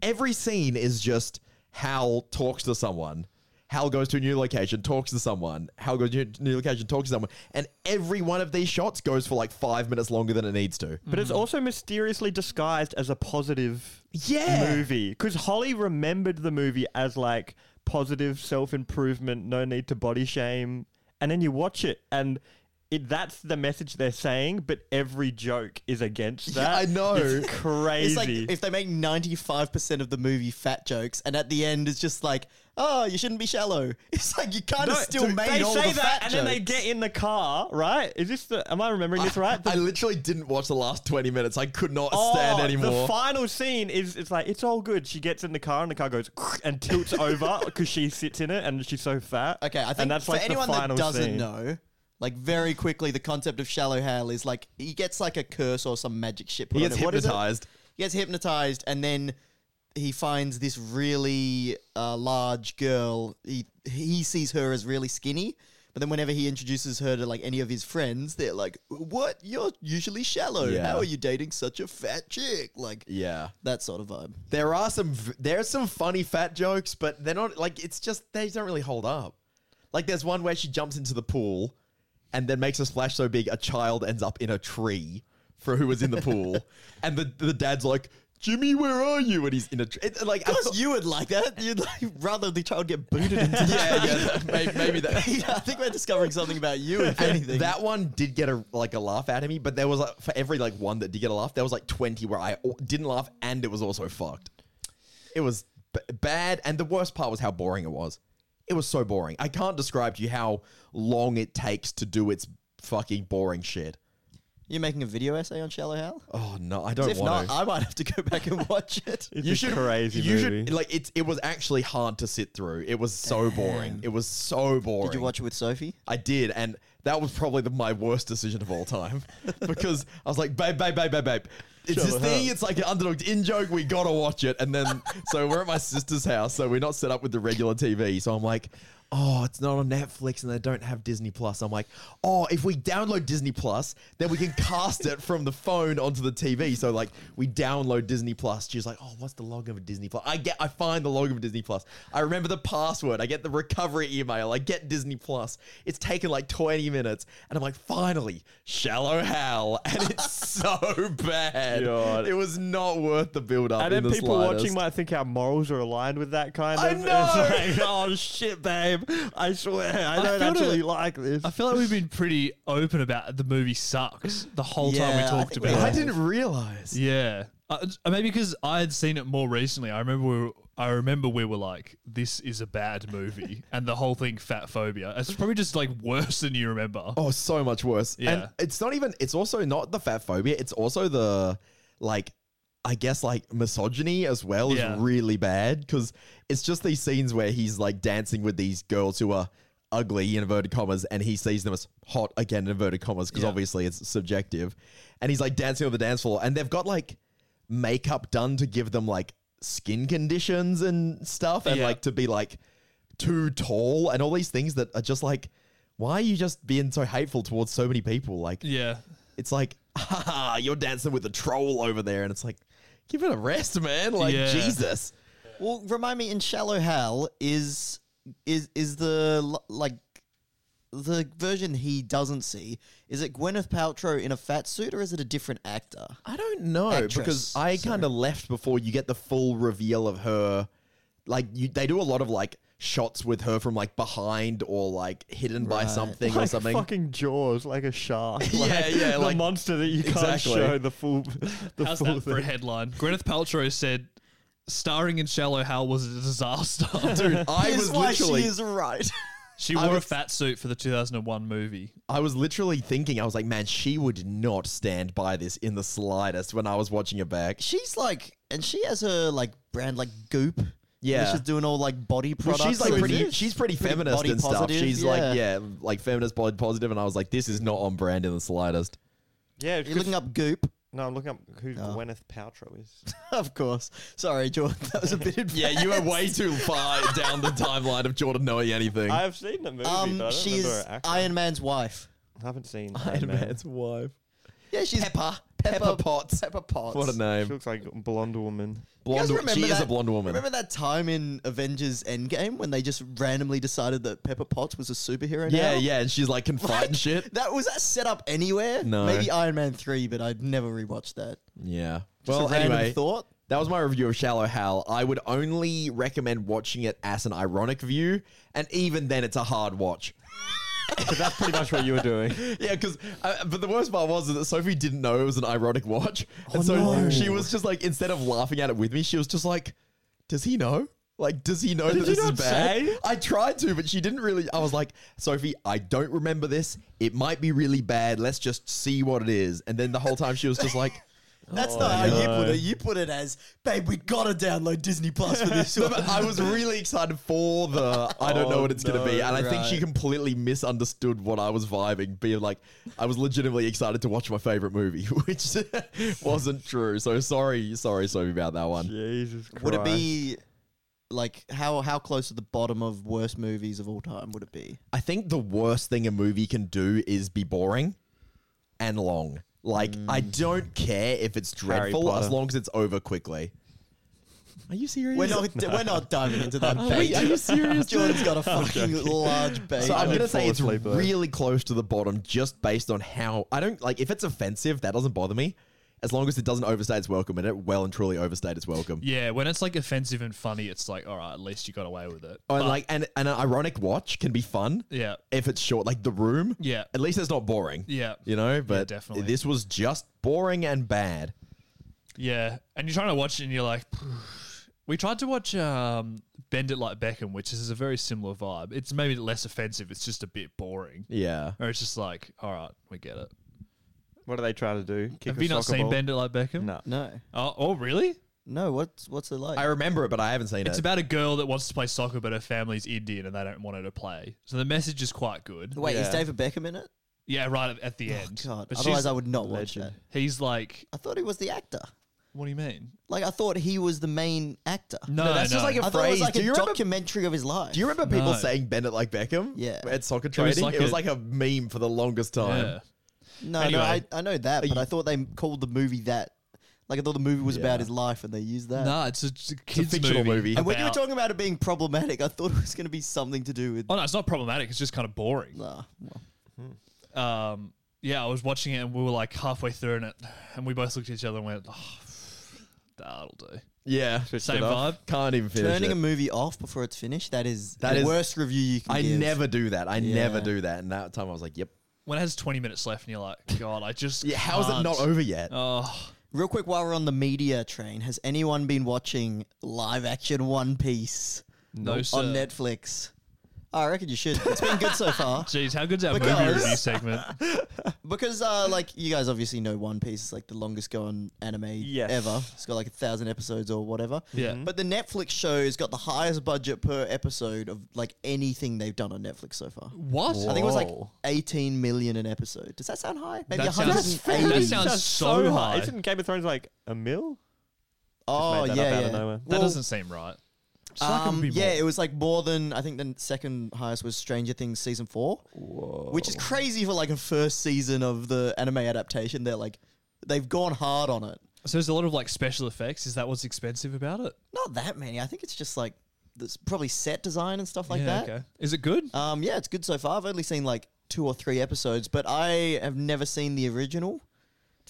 Speaker 2: every scene is just Hal talks to someone. Hal goes to a new location, talks to someone. Hal goes to a new location, talks to someone, and every one of these shots goes for like five minutes longer than it needs to.
Speaker 4: But it's also mysteriously disguised as a positive
Speaker 2: Yeah.
Speaker 4: movie. Because Holly remembered the movie as like positive self improvement, no need to body shame. And then you watch it and it, that's the message they're saying, but every joke is against that.
Speaker 2: I know.
Speaker 4: It's
Speaker 2: It's
Speaker 3: It's
Speaker 4: crazy.
Speaker 3: like if they make 95% of the movie fat jokes and at the end it's just like, oh, you shouldn't be shallow. It's like you kind of still
Speaker 4: dude,
Speaker 3: made
Speaker 4: they
Speaker 3: all
Speaker 4: say
Speaker 3: the
Speaker 4: that
Speaker 3: fat
Speaker 4: and
Speaker 3: jokes.
Speaker 4: then they get in the car, right? Is this the am I remembering this right? The
Speaker 2: I literally didn't watch the last 20 minutes. I could not
Speaker 4: Oh,
Speaker 2: stand anymore.
Speaker 4: The final scene is it's like it's all good. She gets in the car and the car goes and tilts over because she sits in it and she's so fat.
Speaker 3: Okay, I think
Speaker 4: and that's
Speaker 3: for
Speaker 4: like
Speaker 3: anyone
Speaker 4: the final
Speaker 3: that doesn't
Speaker 4: scene.
Speaker 3: know, like very quickly, the concept of shallow hell is like he gets like a curse or some magic shit. Put
Speaker 2: He
Speaker 3: on
Speaker 2: gets
Speaker 3: him. What is it?
Speaker 2: hypnotized.
Speaker 3: He gets hypnotized, and then he finds this really uh, large girl. He he sees her as really skinny. But then whenever he introduces her to like any of his friends, they're like, "What? You're usually shallow.
Speaker 2: Yeah.
Speaker 3: How are you dating such a fat chick?" Like
Speaker 2: yeah.
Speaker 3: that sort of vibe.
Speaker 2: There are some v- there are some funny fat jokes, but they're not like it's just they don't really hold up. Like there's one where she jumps into the pool and then makes a splash so big a child ends up in a tree for who was in the pool, and the the dad's like, "Jimmy, where are you?" And he's in a tree. Like, I
Speaker 3: Because
Speaker 2: thought-
Speaker 3: you would like that. You'd like rather the child get booted into
Speaker 2: yeah, yeah, that- maybe, maybe that.
Speaker 3: Yeah, I think we're discovering something about you, if
Speaker 2: And
Speaker 3: anything.
Speaker 2: That one did get a like a laugh out of me, but there was like for every like one that did get a laugh, there was like twenty where I o- didn't laugh and it was also fucked. It was b- bad, and the worst part was how boring it was. It was so boring. I can't describe to you how long it takes to do its fucking boring shit.
Speaker 3: You're making a video essay on Shallow Hell?
Speaker 2: Oh no, I don't
Speaker 3: if
Speaker 2: want
Speaker 3: not,
Speaker 2: to.
Speaker 3: I might have to go back and watch it.
Speaker 4: It's a crazy
Speaker 2: uh, You
Speaker 4: movie.
Speaker 2: should like it's. It was actually hard to sit through. It was so boring. It was so boring.
Speaker 3: Did you watch it with Sophie?
Speaker 2: I did, and that was probably the, my worst decision of all time because I was like, babe, babe, babe, babe, babe. It's this thing. It's like an underdog in joke. We gotta watch it. And then, so we're at my sister's house, so we're not set up with the regular TV. So I'm like, oh, it's not on Netflix, and they don't have Disney Plus. I'm like, oh, if we download Disney Plus, then we can cast it from the phone onto the TV. So like, we download Disney Plus. She's like, oh, what's the login of Disney Plus? I get, I find the login of Disney Plus. I remember the password. I get the recovery email. I get Disney Plus. It's taken like 20 minutes, and I'm like, finally, Shallow Hal, and it's so bad.
Speaker 4: God.
Speaker 2: It was not worth the build up.
Speaker 4: And
Speaker 2: in
Speaker 4: then
Speaker 2: the
Speaker 4: people
Speaker 2: slightest.
Speaker 4: watching might think our morals are aligned with that kind
Speaker 2: I
Speaker 4: of.
Speaker 2: know!
Speaker 4: It's like, oh shit, babe! I swear, I
Speaker 5: I
Speaker 4: don't
Speaker 5: feel
Speaker 4: actually
Speaker 5: it-
Speaker 4: like this.
Speaker 5: I feel like we've been pretty open about the movie sucks the whole time we
Speaker 3: Yeah, I
Speaker 5: talked
Speaker 3: think
Speaker 5: about it.
Speaker 2: I didn't realize.
Speaker 5: Yeah, uh, maybe because I had seen it more recently. I remember. We were, I remember we were like, "This is a bad movie," and the whole thing, fat phobia. It's probably just like worse than you remember.
Speaker 2: Oh, so much worse.
Speaker 5: Yeah.
Speaker 2: And it's not even, it's also not the fat phobia. It's also the, like, I guess, like, misogyny as well
Speaker 5: Yeah.
Speaker 2: is really bad because it's just these scenes where he's, like, dancing with these girls who are ugly, inverted commas, and he sees them as hot, again, inverted commas, because
Speaker 5: Yeah.
Speaker 2: obviously it's subjective. And he's, like, dancing on the dance floor, and they've got, like, makeup done to give them, like, skin conditions and stuff, and,
Speaker 5: Yeah.
Speaker 2: like, to be, like, too tall and all these things that are just like, why are you just being so hateful towards so many people? Like,
Speaker 5: Yeah,
Speaker 2: it's like, haha, you're dancing with a troll over there. And it's like, give it a rest, man. Like,
Speaker 5: Yeah.
Speaker 2: Jesus.
Speaker 3: Well, remind me, in Shallow Hell, is is is the l- like the version he doesn't see? Is it Gwyneth Paltrow in a fat suit, or is it a different actor?
Speaker 2: I don't know because
Speaker 3: Actress,
Speaker 2: I kind of left before you get the full reveal of her. Like, you, they do a lot of like shots with her from like behind or like hidden by something or
Speaker 4: like
Speaker 2: something.
Speaker 4: fucking jaws, like a shark. Like
Speaker 2: Yeah, yeah,
Speaker 4: the
Speaker 2: like-
Speaker 4: monster that you can't
Speaker 2: Exactly.
Speaker 4: show the full. The
Speaker 5: how's
Speaker 4: full
Speaker 5: that for a headline? Gwyneth Paltrow said, "Starring in Shallow Hal was a disaster."
Speaker 2: Dude, I
Speaker 3: Here's
Speaker 2: was
Speaker 3: why
Speaker 2: literally
Speaker 3: she is right.
Speaker 5: She
Speaker 2: I
Speaker 5: wore a
Speaker 2: was-
Speaker 5: fat suit for the 2001 movie.
Speaker 2: I was literally thinking, I was like, man, she would not stand by this in the slightest when I was watching her back.
Speaker 3: She's like, and she has her like brand like Goop.
Speaker 2: Yeah.
Speaker 3: she's doing all like body
Speaker 2: Well,
Speaker 3: products.
Speaker 2: she's like
Speaker 3: with
Speaker 2: pretty.
Speaker 3: it.
Speaker 2: She's pretty feminist
Speaker 3: body
Speaker 2: and
Speaker 3: positive,
Speaker 2: stuff. She's like yeah, like feminist body positive, and I was like, this is not on brand in the slightest.
Speaker 4: Yeah,
Speaker 3: You're looking up Goop,
Speaker 4: No, I'm looking up who
Speaker 2: Oh.
Speaker 4: Gwyneth Paltrow is.
Speaker 3: of course. Sorry, Jordan, that was a bit. advanced.
Speaker 2: Yeah, you were way too far down the timeline of Jordan knowing anything.
Speaker 4: I've seen the movie,
Speaker 3: Um,
Speaker 4: but I don't
Speaker 3: she's
Speaker 4: remember her acting.
Speaker 3: Iron Man's wife.
Speaker 4: I haven't seen Iron Man.
Speaker 2: wife.
Speaker 3: Yeah, she's Pepper.
Speaker 2: Pepper, Potts.
Speaker 3: Pepper Potts.
Speaker 2: What a
Speaker 4: She
Speaker 2: name.
Speaker 4: looks like a blonde woman.
Speaker 3: You guys
Speaker 2: Blonde.
Speaker 3: remember
Speaker 2: She is a
Speaker 3: that-
Speaker 2: blonde woman.
Speaker 3: Remember that time in Avengers Endgame when they just randomly decided that Pepper Potts was a superhero?
Speaker 2: yeah,
Speaker 3: now?
Speaker 2: yeah, and she's like can fight and shit.
Speaker 3: That was that set up anywhere?
Speaker 2: No.
Speaker 3: Maybe Iron Man three, but I'd never rewatched that.
Speaker 2: Yeah.
Speaker 3: Just
Speaker 2: Well,
Speaker 3: a random
Speaker 2: anyway,
Speaker 3: thought.
Speaker 2: That was my review of Shallow Hal. I would only recommend watching it as an ironic view, and even then, it's a hard watch.
Speaker 4: But that's pretty much what you were doing.
Speaker 2: Yeah, because uh, but the worst part was that Sophie didn't know it was an ironic watch,
Speaker 4: Oh,
Speaker 2: and so she was just like, instead of laughing at it with me, she was just like, "Does he know? Like, does he know that
Speaker 4: you
Speaker 2: this is
Speaker 4: not
Speaker 2: bad?"
Speaker 4: say?
Speaker 2: I tried to, but she didn't really. I was like, "Sophie, I don't remember this. It might be really bad. Let's just see what it is." And then the whole time she was just like.
Speaker 3: That's
Speaker 2: Oh,
Speaker 3: not how you put it. You put it as, babe, we gotta download Disney Plus for this.
Speaker 2: No, but I was really excited for the I don't
Speaker 4: Oh,
Speaker 2: know what it's gonna be, and I think she
Speaker 3: right.
Speaker 2: completely misunderstood what I was vibing. Being like, I was legitimately excited to watch my favorite movie, which wasn't true. So sorry, sorry, Sophie, about that one.
Speaker 4: Jesus Christ.
Speaker 3: Would it be like how how close to the bottom of worst movies of all time would it be?
Speaker 2: I think the worst thing a movie can do is be boring and long. Like I don't care if it's
Speaker 4: Mm. Harry
Speaker 2: dreadful as
Speaker 4: Potter.
Speaker 2: long as it's over quickly. Are you serious?
Speaker 3: We're not we're not diving into that.
Speaker 2: Are we- are you serious,
Speaker 3: Jordan's got a fucking large baby.
Speaker 2: So I'm
Speaker 4: did
Speaker 2: gonna
Speaker 4: fall
Speaker 2: say it's
Speaker 4: asleep there.
Speaker 2: really close to the bottom, just based on how I don't like. If it's offensive, that doesn't bother me, as long as it doesn't overstay its welcome, and it well and truly overstayed its welcome.
Speaker 5: Yeah, when it's like offensive and funny, it's like, all right, at least you got away with it.
Speaker 2: Oh, and
Speaker 5: But-
Speaker 2: like, and, and an ironic watch can be fun.
Speaker 5: Yeah.
Speaker 2: If it's short, like The Room.
Speaker 5: Yeah.
Speaker 2: At least it's not boring.
Speaker 5: Yeah.
Speaker 2: You know, but
Speaker 5: definitely.
Speaker 2: this was just boring and bad.
Speaker 5: Yeah, and you're trying to watch it, and you're like, we tried to watch um, Bend It Like Beckham, which is a very similar vibe. It's maybe less offensive. It's just a bit boring,
Speaker 2: Yeah.
Speaker 5: or it's just like, all right, we get it.
Speaker 4: What do they try to do? Kick
Speaker 5: Have
Speaker 4: a
Speaker 5: you not
Speaker 4: soccer
Speaker 5: seen
Speaker 4: ball?
Speaker 5: Bend It Like Beckham?
Speaker 4: No.
Speaker 3: no.
Speaker 5: Oh, oh really?
Speaker 3: No, what's what's it like?
Speaker 2: I remember it, but I haven't seen
Speaker 5: It's
Speaker 2: it.
Speaker 5: about a girl that wants to play soccer, but her family's Indian and they don't want her to play. So the message is quite good.
Speaker 3: Wait, is
Speaker 4: Yeah.
Speaker 3: David Beckham in it?
Speaker 5: Yeah, right at, at the end.
Speaker 3: God,
Speaker 5: But
Speaker 3: otherwise
Speaker 5: she's-
Speaker 3: I would not watch
Speaker 4: Legend.
Speaker 3: that.
Speaker 5: he's like,
Speaker 3: I thought he was the actor.
Speaker 5: what do you mean?
Speaker 3: Like I thought he was the main actor.
Speaker 5: No,
Speaker 2: that's just like a
Speaker 3: I thought it
Speaker 2: phrase.
Speaker 3: was like
Speaker 2: Do
Speaker 3: a
Speaker 2: you remember-
Speaker 3: documentary of his life.
Speaker 2: Do you remember people
Speaker 5: No.
Speaker 2: saying Bend it like Beckham?
Speaker 3: Yeah.
Speaker 2: At soccer
Speaker 5: was
Speaker 2: trading?
Speaker 5: like
Speaker 2: It was
Speaker 5: a-
Speaker 2: like a, meme for the longest time.
Speaker 5: Yeah.
Speaker 3: No,
Speaker 5: Anyway.
Speaker 3: no, I, I know that, but
Speaker 2: you-
Speaker 3: I thought they called the movie that. Like I thought the movie was
Speaker 2: Yeah.
Speaker 3: about his life, and they used that.
Speaker 5: No, it's a, it's a kids
Speaker 2: fictional movie.
Speaker 5: movie.
Speaker 3: and when you were
Speaker 5: about-
Speaker 3: talking about it being problematic, I thought it was going to be something to do with.
Speaker 5: oh no, it's not problematic. It's just kind of boring.
Speaker 3: Nah, well,
Speaker 5: um, yeah, I was watching it and we were like halfway through in it, and we both looked at each other and went, oh, "That'll do."
Speaker 2: Yeah.
Speaker 5: Same
Speaker 2: Shut up.
Speaker 5: vibe?
Speaker 2: Can't even finish
Speaker 3: turning
Speaker 2: it.
Speaker 3: a movie off before it's finished, that is
Speaker 2: That
Speaker 3: the
Speaker 2: is-
Speaker 3: worst review you can
Speaker 2: I
Speaker 3: give.
Speaker 2: never do that. I never
Speaker 3: Yeah.
Speaker 2: do that. And that time I was like, yep.
Speaker 5: When it has twenty minutes left, and you're like, "God, I just
Speaker 2: Yeah, how is it
Speaker 5: can't."
Speaker 2: not over yet?
Speaker 5: Oh,
Speaker 3: Real quick, while we're on the media train, has anyone been watching live action One Piece
Speaker 5: no, sir.
Speaker 3: on Netflix? Oh, I reckon you should. It's been good so far.
Speaker 5: Jeez, how good's our movie
Speaker 3: Because-
Speaker 5: review segment?
Speaker 3: Because uh, like you guys obviously know One Piece is like the longest going anime
Speaker 4: Yes.
Speaker 3: ever. It's got like a thousand episodes or whatever.
Speaker 5: Yeah. Mhm.
Speaker 3: But the Netflix show's got the highest budget per episode of like anything they've done on Netflix so far.
Speaker 5: What?
Speaker 3: I think it was like eighteen million an episode. Does that sound high? Maybe
Speaker 5: That sounds-
Speaker 3: hundred
Speaker 5: That's
Speaker 3: and
Speaker 5: That
Speaker 3: eighty.
Speaker 5: sounds
Speaker 4: That's
Speaker 5: so high.
Speaker 4: Isn't Game of Thrones like a mill?
Speaker 3: Oh
Speaker 4: made
Speaker 3: yeah,
Speaker 4: that up out
Speaker 3: yeah.
Speaker 4: of nowhere.
Speaker 5: that
Speaker 3: Well,
Speaker 5: doesn't seem right. It's not gonna
Speaker 3: um,
Speaker 5: be
Speaker 3: yeah,
Speaker 5: more.
Speaker 3: it was like more than I think the second highest was Stranger Things season four, which is crazy for like a first season of the anime adaptation. They're like they've gone hard on it.
Speaker 5: so there's a lot of like special effects. Is that what's expensive about it?
Speaker 3: Not that many. I think it's just like there's probably set design and stuff like
Speaker 5: yeah,
Speaker 3: that.
Speaker 5: okay. Is it good?
Speaker 3: Um, yeah, it's good so far. I've only seen like two or three episodes, but I have never seen the original.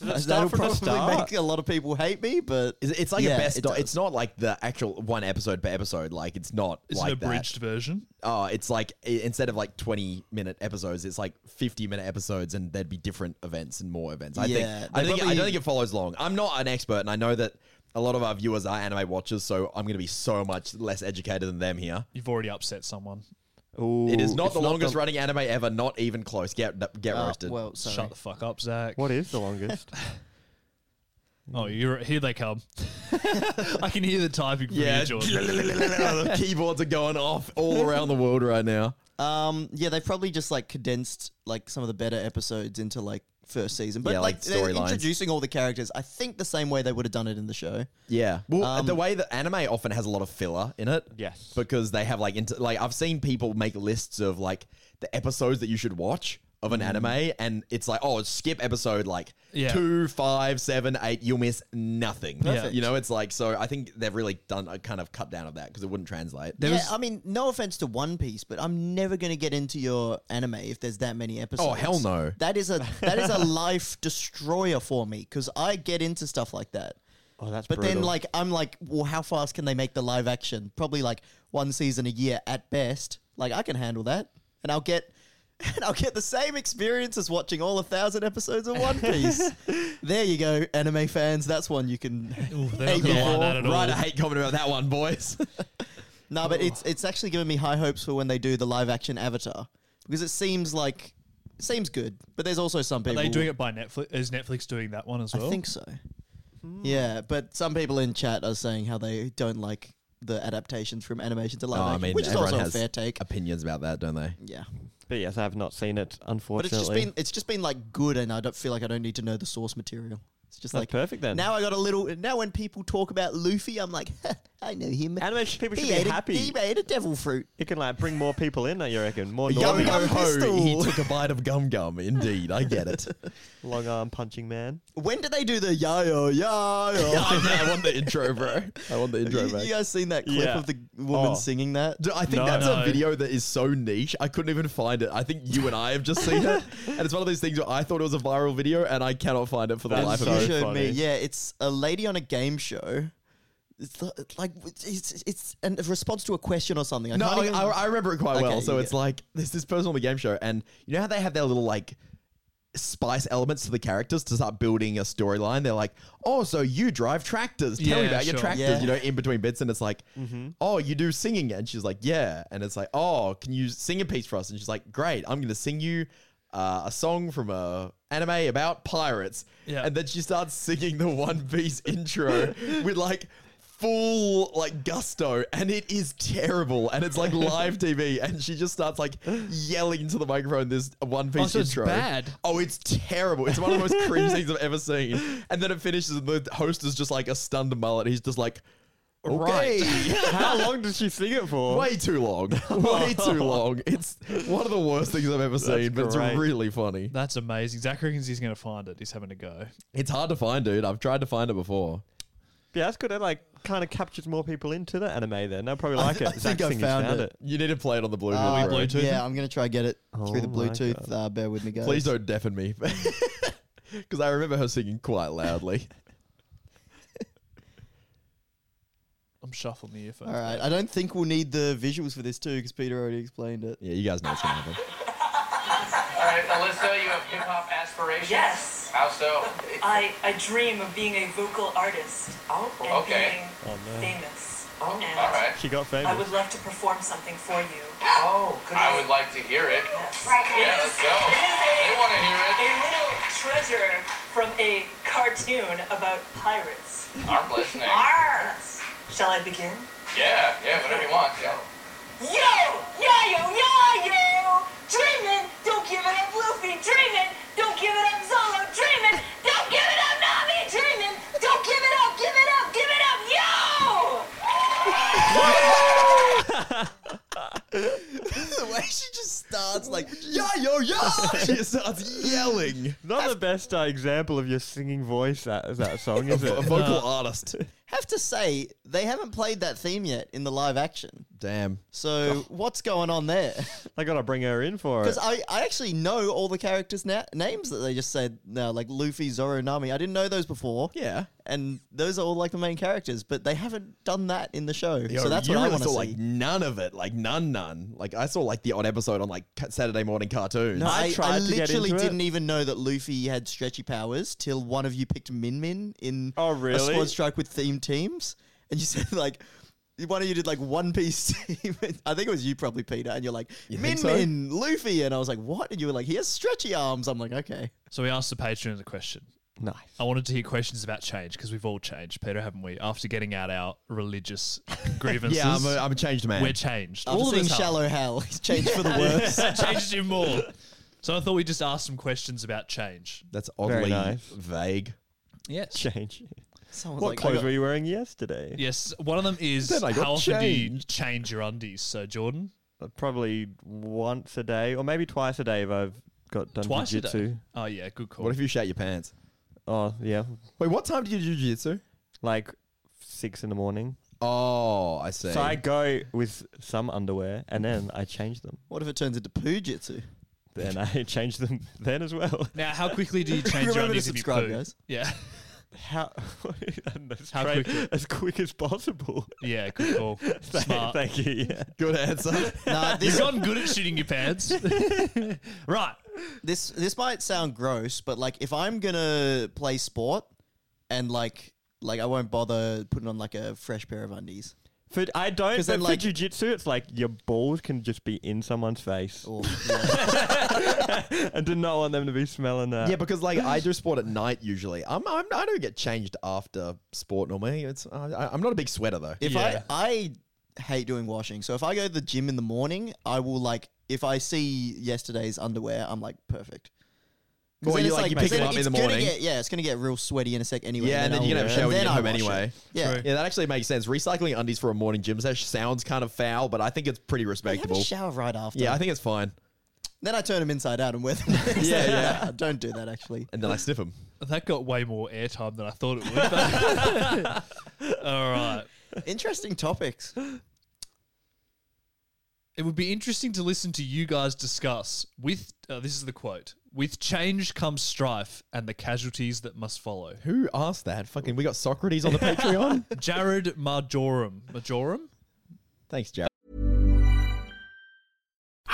Speaker 4: it
Speaker 3: Uh,
Speaker 4: start
Speaker 3: That'll
Speaker 4: from the
Speaker 3: probably
Speaker 4: start?
Speaker 3: make a lot of people hate me, but
Speaker 2: Is it- It's like
Speaker 3: yeah,
Speaker 2: a best.
Speaker 3: it
Speaker 2: of-
Speaker 3: does.
Speaker 2: it's not like the actual one episode per episode. Like it's not
Speaker 5: Is
Speaker 2: like
Speaker 5: it an abridged version?
Speaker 2: that. Oh, it's like i- instead of like twenty minute episodes, it's like fifty minute episodes, and there'd be different events and more events. I
Speaker 3: Yeah,
Speaker 2: think. I
Speaker 3: they
Speaker 2: think. I
Speaker 3: probably-
Speaker 2: don't think it follows long. I'm not an expert, and I know that a lot of our viewers are anime watchers, so I'm going to be so much less educated than them here.
Speaker 5: You've already upset someone.
Speaker 2: It is
Speaker 4: Ooh,
Speaker 2: not
Speaker 4: it's
Speaker 2: the longest
Speaker 4: the-
Speaker 2: running anime ever. Not even close. Get get
Speaker 3: Uh,
Speaker 2: roasted.
Speaker 3: well, sorry.
Speaker 5: Shut the fuck up, Zach.
Speaker 4: What is the longest?
Speaker 5: Oh, you're here. They come. I can hear the typing from
Speaker 2: yeah,
Speaker 5: you, Jordan.
Speaker 2: the keyboards are going off all around the world right now.
Speaker 3: Um, yeah, they probably just like condensed like some of the better episodes into like first season, but
Speaker 2: Yeah, like
Speaker 3: like, they're
Speaker 2: storylines.
Speaker 3: introducing all the characters. I think the same way they would have done it in the show.
Speaker 2: Yeah. Well,
Speaker 3: Um,
Speaker 2: the way that anime often has a lot of filler in it.
Speaker 4: Yes.
Speaker 2: Because they have like into, like I've seen people make lists of like the episodes that you should watch of an anime and it's like, oh, skip episode like
Speaker 5: Yeah.
Speaker 2: two, five, seven, eight, you'll miss nothing.
Speaker 5: Perfect.
Speaker 2: You know, it's like so I think they've really done a kind of cut down of that because it wouldn't translate.
Speaker 5: There
Speaker 3: yeah,
Speaker 5: was-
Speaker 3: I mean, no offense to One Piece, but I'm never going to get into your anime if there's that many
Speaker 5: Oh,
Speaker 3: episodes.
Speaker 2: hell no.
Speaker 3: That is a that is a life destroyer for me because I get into stuff like that.
Speaker 4: Oh, that's
Speaker 3: But then,
Speaker 4: brutal.
Speaker 3: like, I'm like, well, how fast can they make the live action? Probably like one season a year at best. Like, I can handle that, and I'll get, and I'll get the same experience as watching all a thousand episodes of One Piece. there you go, anime fans. That's one you can.
Speaker 5: Ooh, they're not
Speaker 3: Hey,
Speaker 5: gonna
Speaker 3: yeah.
Speaker 5: like that at
Speaker 2: right, I
Speaker 5: all.
Speaker 2: hate comment about that one, boys.
Speaker 3: No, but it's it's actually given me high hopes for when they do the live action Avatar because it seems like it seems good, but there's also some
Speaker 5: Are
Speaker 3: people.
Speaker 5: they doing it by Netflix? Is Netflix doing that one as
Speaker 3: I
Speaker 5: well?
Speaker 3: think so.
Speaker 4: Hmm.
Speaker 3: Yeah, but some people in chat are saying how they don't like the adaptations from animation to
Speaker 2: Oh,
Speaker 3: live action, which is also a fair take.
Speaker 2: opinions about that, don't they?
Speaker 3: yeah,
Speaker 4: but yes, I have not seen it,
Speaker 3: but
Speaker 4: unfortunately.
Speaker 3: it's just been it's just been like good, and I don't feel like I don't need to know the source material. It's just
Speaker 4: That's
Speaker 3: like
Speaker 4: perfect then.
Speaker 3: Now I got a little. Now when people talk about Luffy, I'm like, I know him.
Speaker 4: Animation people
Speaker 3: he
Speaker 4: should be
Speaker 3: ate E a-
Speaker 4: happy.
Speaker 3: he ate a devil fruit.
Speaker 4: it can like bring more people in, you reckon? More
Speaker 3: Yum
Speaker 4: normal-
Speaker 3: Gum Pistol.
Speaker 2: he took a bite of gum gum. Indeed, I get it.
Speaker 4: long arm punching man.
Speaker 3: When did they do the yayo
Speaker 2: Yeah,
Speaker 3: yayo?
Speaker 2: I, know, I want the intro, bro. I want the intro
Speaker 3: you,
Speaker 2: back.
Speaker 3: you guys seen that clip
Speaker 4: Yeah.
Speaker 3: of the woman
Speaker 4: Oh.
Speaker 3: singing that?
Speaker 2: Dude, I think
Speaker 5: No,
Speaker 2: that's
Speaker 5: no.
Speaker 2: a video that is so niche. I couldn't even find it. I think you and I have just seen it, and it's one of those things where I thought it was a viral video, and I cannot find it for the
Speaker 4: That's
Speaker 2: life
Speaker 4: so
Speaker 2: of
Speaker 3: you
Speaker 2: me.
Speaker 3: showed me.
Speaker 4: funny.
Speaker 3: Yeah, it's a lady on a game show. It's li- like it's it's an, a response to a question or something. I
Speaker 2: No,
Speaker 3: can't
Speaker 2: I,
Speaker 3: even-
Speaker 2: I I remember it quite
Speaker 3: Okay,
Speaker 2: well. So
Speaker 3: you
Speaker 2: it's
Speaker 3: get it.
Speaker 2: like there's this person on the game show, and you know how they have their little like spice elements to the characters to start building a storyline. They're like, oh, so you drive tractors. Tell me
Speaker 5: Yeah,
Speaker 2: about your
Speaker 5: sure.
Speaker 2: tractors.
Speaker 3: Yeah. Mm-hmm.
Speaker 2: You know, in between bits, and it's like, oh, you do singing, and she's like, yeah, and it's like, oh, can you sing a piece for us? And she's like, great, I'm gonna sing you. Uh, a song from a anime about pirates,
Speaker 5: Yeah.
Speaker 2: and then she starts singing the One Piece intro with like full like gusto, and it is terrible, and it's like live TV, and she just starts like yelling into the microphone this One Piece
Speaker 5: so it's
Speaker 2: intro.
Speaker 5: bad.
Speaker 2: Oh, it's terrible. It's one of the most cringe things I've ever seen. And then it finishes, and the host is just like a stunned mullet. He's just like, okay.
Speaker 4: How long did she sing it for?
Speaker 2: Way too long. Way too long. It's one of the worst things I've ever seen, but
Speaker 4: great.
Speaker 2: it's really funny.
Speaker 5: That's amazing. Zach reckons he's going to find it. He's having a go.
Speaker 2: It's hard to find, dude. I've tried to find it before.
Speaker 4: Yeah, that's good. That like kind of captures more people into the anime. Then they'll probably like
Speaker 3: th-
Speaker 4: it.
Speaker 3: I
Speaker 4: Zach
Speaker 3: think I
Speaker 4: Singer's
Speaker 3: found it.
Speaker 2: You need to play it on the Bluetooth.
Speaker 3: Uh,
Speaker 2: bro.
Speaker 5: Bluetooth?
Speaker 3: Yeah, I'm gonna try get it through the
Speaker 4: Oh my
Speaker 3: Bluetooth. Uh, bear with me, guys.
Speaker 2: Please don't deafen me. Because I remember her singing quite loudly.
Speaker 5: I'm shuffling the earphones.
Speaker 3: All right, I don't think we'll need the visuals for this too because Peter already explained it.
Speaker 2: yeah, you guys know what's going to happen.
Speaker 6: All right, Alyssa, you have hip hop aspirations.
Speaker 7: Yes.
Speaker 6: How so?
Speaker 7: I, I dream of being a vocal artist
Speaker 6: Oh,
Speaker 7: and
Speaker 6: okay.
Speaker 7: being famous.
Speaker 6: Oh,
Speaker 7: and
Speaker 6: all right.
Speaker 4: She got
Speaker 7: I would
Speaker 4: famous.
Speaker 7: love to perform something for you.
Speaker 6: Oh, I would like to hear it.
Speaker 7: Yes.
Speaker 6: Yeah, let's go. They want to hear
Speaker 7: A
Speaker 6: it.
Speaker 7: little treasure from a cartoon about pirates.
Speaker 6: I'm listening.
Speaker 7: Yes. Shall I begin?
Speaker 6: Yeah, yeah, whatever you want. Yeah.
Speaker 7: Yo! Yo, yo, yo, yo! Dreamin', don't give it up, Luffy! Dreamin', don't give it up, Zolo! Dreamin', don't give it up, Nami! Dreamin', don't give it up, give it up, give it up, yo!
Speaker 3: the way she just starts like,
Speaker 2: Yo, yo, yo! she just starts yelling.
Speaker 4: Not the best uh, example of your singing voice. That is that song, is
Speaker 2: A
Speaker 4: it?
Speaker 2: vocal artist.
Speaker 3: have to say they haven't played that theme yet in the live action.
Speaker 2: Damn.
Speaker 3: So what's going on there?
Speaker 4: I gotta bring her in for it.
Speaker 3: Because I, I actually know all the characters' na- names that they just said now, like Luffy, Zoro, Nami. I didn't know those before.
Speaker 2: Yeah.
Speaker 3: and those are all like the main characters, but they haven't done that in the show.
Speaker 2: Yo,
Speaker 3: so that's
Speaker 2: you
Speaker 3: what I
Speaker 2: really
Speaker 3: want to
Speaker 2: saw
Speaker 3: see.
Speaker 2: like none of it, like none, none. Like I saw like the odd episode on like ca- Saturday morning cartoons.
Speaker 3: no,
Speaker 4: I
Speaker 3: I, I
Speaker 4: tried to get
Speaker 3: literally
Speaker 4: into it.
Speaker 3: didn't even know that Luffy had stretchy powers till one of you picked Min Min in
Speaker 4: Oh,
Speaker 3: a
Speaker 4: really?
Speaker 3: Sword Strike with themed teams, and you said like. One of you did like One Piece team. I think it was you, probably Peter. And you're like Min
Speaker 2: think so?
Speaker 3: Min, Luffy, and I was like, what? And you were like, he has stretchy arms. I'm like, okay.
Speaker 5: So we asked the patrons a question.
Speaker 2: Nice.
Speaker 5: I wanted to hear questions about change because we've all changed, Peter, haven't we? After getting out our religious grievances,
Speaker 2: Yeah, I'm a, I'm a changed man.
Speaker 5: we're changed.
Speaker 3: After
Speaker 5: all of
Speaker 3: seeing
Speaker 5: us are.
Speaker 3: Shallow Hell, he's changed for the worse.
Speaker 5: that changes you more. So I thought we'd just ask some questions about change.
Speaker 2: That's oddly
Speaker 4: nice.
Speaker 2: vague.
Speaker 5: Yes.
Speaker 4: Change.
Speaker 3: Someone's
Speaker 4: What
Speaker 3: like, I
Speaker 4: clothes
Speaker 3: got-
Speaker 4: were you wearing yesterday?
Speaker 5: Yes. One of them is
Speaker 2: Then I got
Speaker 5: how often do you
Speaker 2: changed.
Speaker 5: change your undies? So Jordan,
Speaker 4: Uh, Probably once a day, or maybe twice a day if I've got done
Speaker 5: twice a
Speaker 4: jiu-jitsu.
Speaker 5: day. Oh yeah, good call.
Speaker 2: What if you shat your pants?
Speaker 4: Oh yeah,
Speaker 2: Wait, what time do you do jiu-jitsu?
Speaker 4: like six in the morning.
Speaker 2: Oh, I see.
Speaker 4: So I go with some underwear, and then I change them.
Speaker 3: What if it turns into Pujitsu?
Speaker 4: Then I change them then as well.
Speaker 5: now, how quickly do you change your
Speaker 3: Remember to
Speaker 5: undies if you
Speaker 3: subscribe,
Speaker 5: poo?
Speaker 3: guys.
Speaker 5: Yeah,
Speaker 4: How? Let's
Speaker 5: How
Speaker 4: try
Speaker 5: quickly?
Speaker 4: As quick as possible.
Speaker 5: yeah, good call.
Speaker 4: Thank-
Speaker 5: Smart.
Speaker 4: Thank you. Yeah.
Speaker 2: Good answer.
Speaker 3: Nah, this
Speaker 5: You've gotten good at shooting your pants. right.
Speaker 3: this this might sound gross, but like if I'm gonna play sport and like like I won't bother putting on like a fresh pair of undies.
Speaker 4: For I don't.
Speaker 3: 'Cause
Speaker 4: But
Speaker 3: then,
Speaker 4: for
Speaker 3: like-
Speaker 4: jujitsu, it's like your balls can just be in someone's face,
Speaker 3: Or, yeah.
Speaker 4: and do not want them to be smelling that.
Speaker 2: yeah, because like I do sport at night usually. I'm, I'm I don't get changed after sport normally. It's I, I'm not a big sweater though.
Speaker 3: if
Speaker 5: Yeah.
Speaker 3: I I hate doing washing, so if I go to the gym in the morning, I will like if I see yesterday's underwear, I'm like perfect. 'Cause
Speaker 2: Well,
Speaker 3: then
Speaker 2: you
Speaker 3: it's
Speaker 2: like, you
Speaker 3: 'cause
Speaker 2: pick
Speaker 3: then
Speaker 2: them up in
Speaker 3: it's
Speaker 2: the
Speaker 3: gonna
Speaker 2: morning.
Speaker 3: get- yeah, it's gonna get real sweaty in a sec anyway.
Speaker 2: yeah, and then you're gonna have a shower
Speaker 3: and
Speaker 2: when you
Speaker 3: then
Speaker 2: get
Speaker 3: I
Speaker 2: home
Speaker 3: wash it.
Speaker 2: anyway.
Speaker 3: Yeah,
Speaker 5: True.
Speaker 2: Yeah, that actually makes sense. Recycling undies for a morning gym session sounds kind of foul, but I think it's pretty
Speaker 3: have a
Speaker 2: respectable.
Speaker 3: shower right after.
Speaker 2: Yeah, I think it's fine.
Speaker 3: Then I turn them inside out and wear them. yeah, yeah. Don't do that actually.
Speaker 2: And then I sniff them.
Speaker 5: That got way more airtime than I thought it would. All right.
Speaker 3: Interesting topics.
Speaker 5: It would be interesting to listen to you guys discuss with uh, this is the quote. With change comes strife and the casualties that must follow.
Speaker 2: Who asked that? Fucking, we got Socrates on the Patreon.
Speaker 5: Jared Marjoram. Marjoram?
Speaker 2: Thanks, Jared.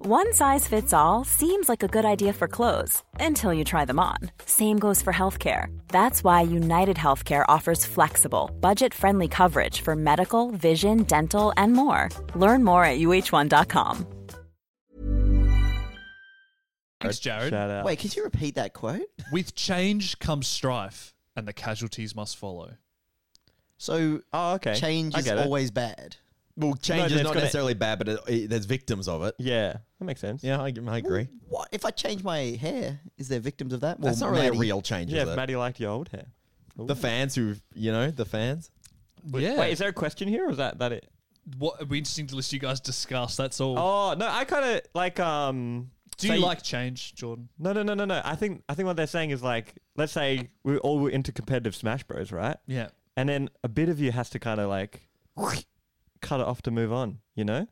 Speaker 8: One size fits all seems like a good idea for clothes until you try them on. Same goes for healthcare. That's why United Healthcare offers flexible, budget friendly coverage for medical, vision, dental, and more. Learn more at uh1.com.
Speaker 5: Thanks, Jared.
Speaker 4: Shout out.
Speaker 3: Wait, could you repeat that quote?
Speaker 5: With change comes strife and the casualties must follow.
Speaker 3: So
Speaker 4: Oh, okay.
Speaker 3: change
Speaker 4: I
Speaker 3: is
Speaker 4: get it.
Speaker 3: always bad.
Speaker 2: Well,
Speaker 4: No,
Speaker 2: change
Speaker 4: but
Speaker 2: is
Speaker 4: it's
Speaker 2: not
Speaker 4: gonna-
Speaker 2: necessarily bad, but it, it- there's victims of it.
Speaker 4: Yeah, that makes sense.
Speaker 2: Yeah, I, I agree.
Speaker 3: What if I change my hair? Is there victims of that? Well,
Speaker 2: That's not really
Speaker 3: Maddie-
Speaker 2: a real change,
Speaker 4: Yeah,
Speaker 2: is
Speaker 4: if
Speaker 2: it?
Speaker 4: Maddie liked your old hair.
Speaker 2: The fans who, you know, the fans.
Speaker 5: yeah.
Speaker 4: Wait, is there a question here, or is that that it?
Speaker 5: what it'd be interesting to listen to you guys discuss, that's all.
Speaker 4: Oh no, I kind of like um.
Speaker 5: Do you
Speaker 4: say-
Speaker 5: like change, Jordan?
Speaker 4: No, no, no, no, no. I think I think what they're saying is like, let's say we all were into competitive Smash Bros, right?
Speaker 5: Yeah.
Speaker 4: And then a bit of you has to kind of like cut it off to move on. You know,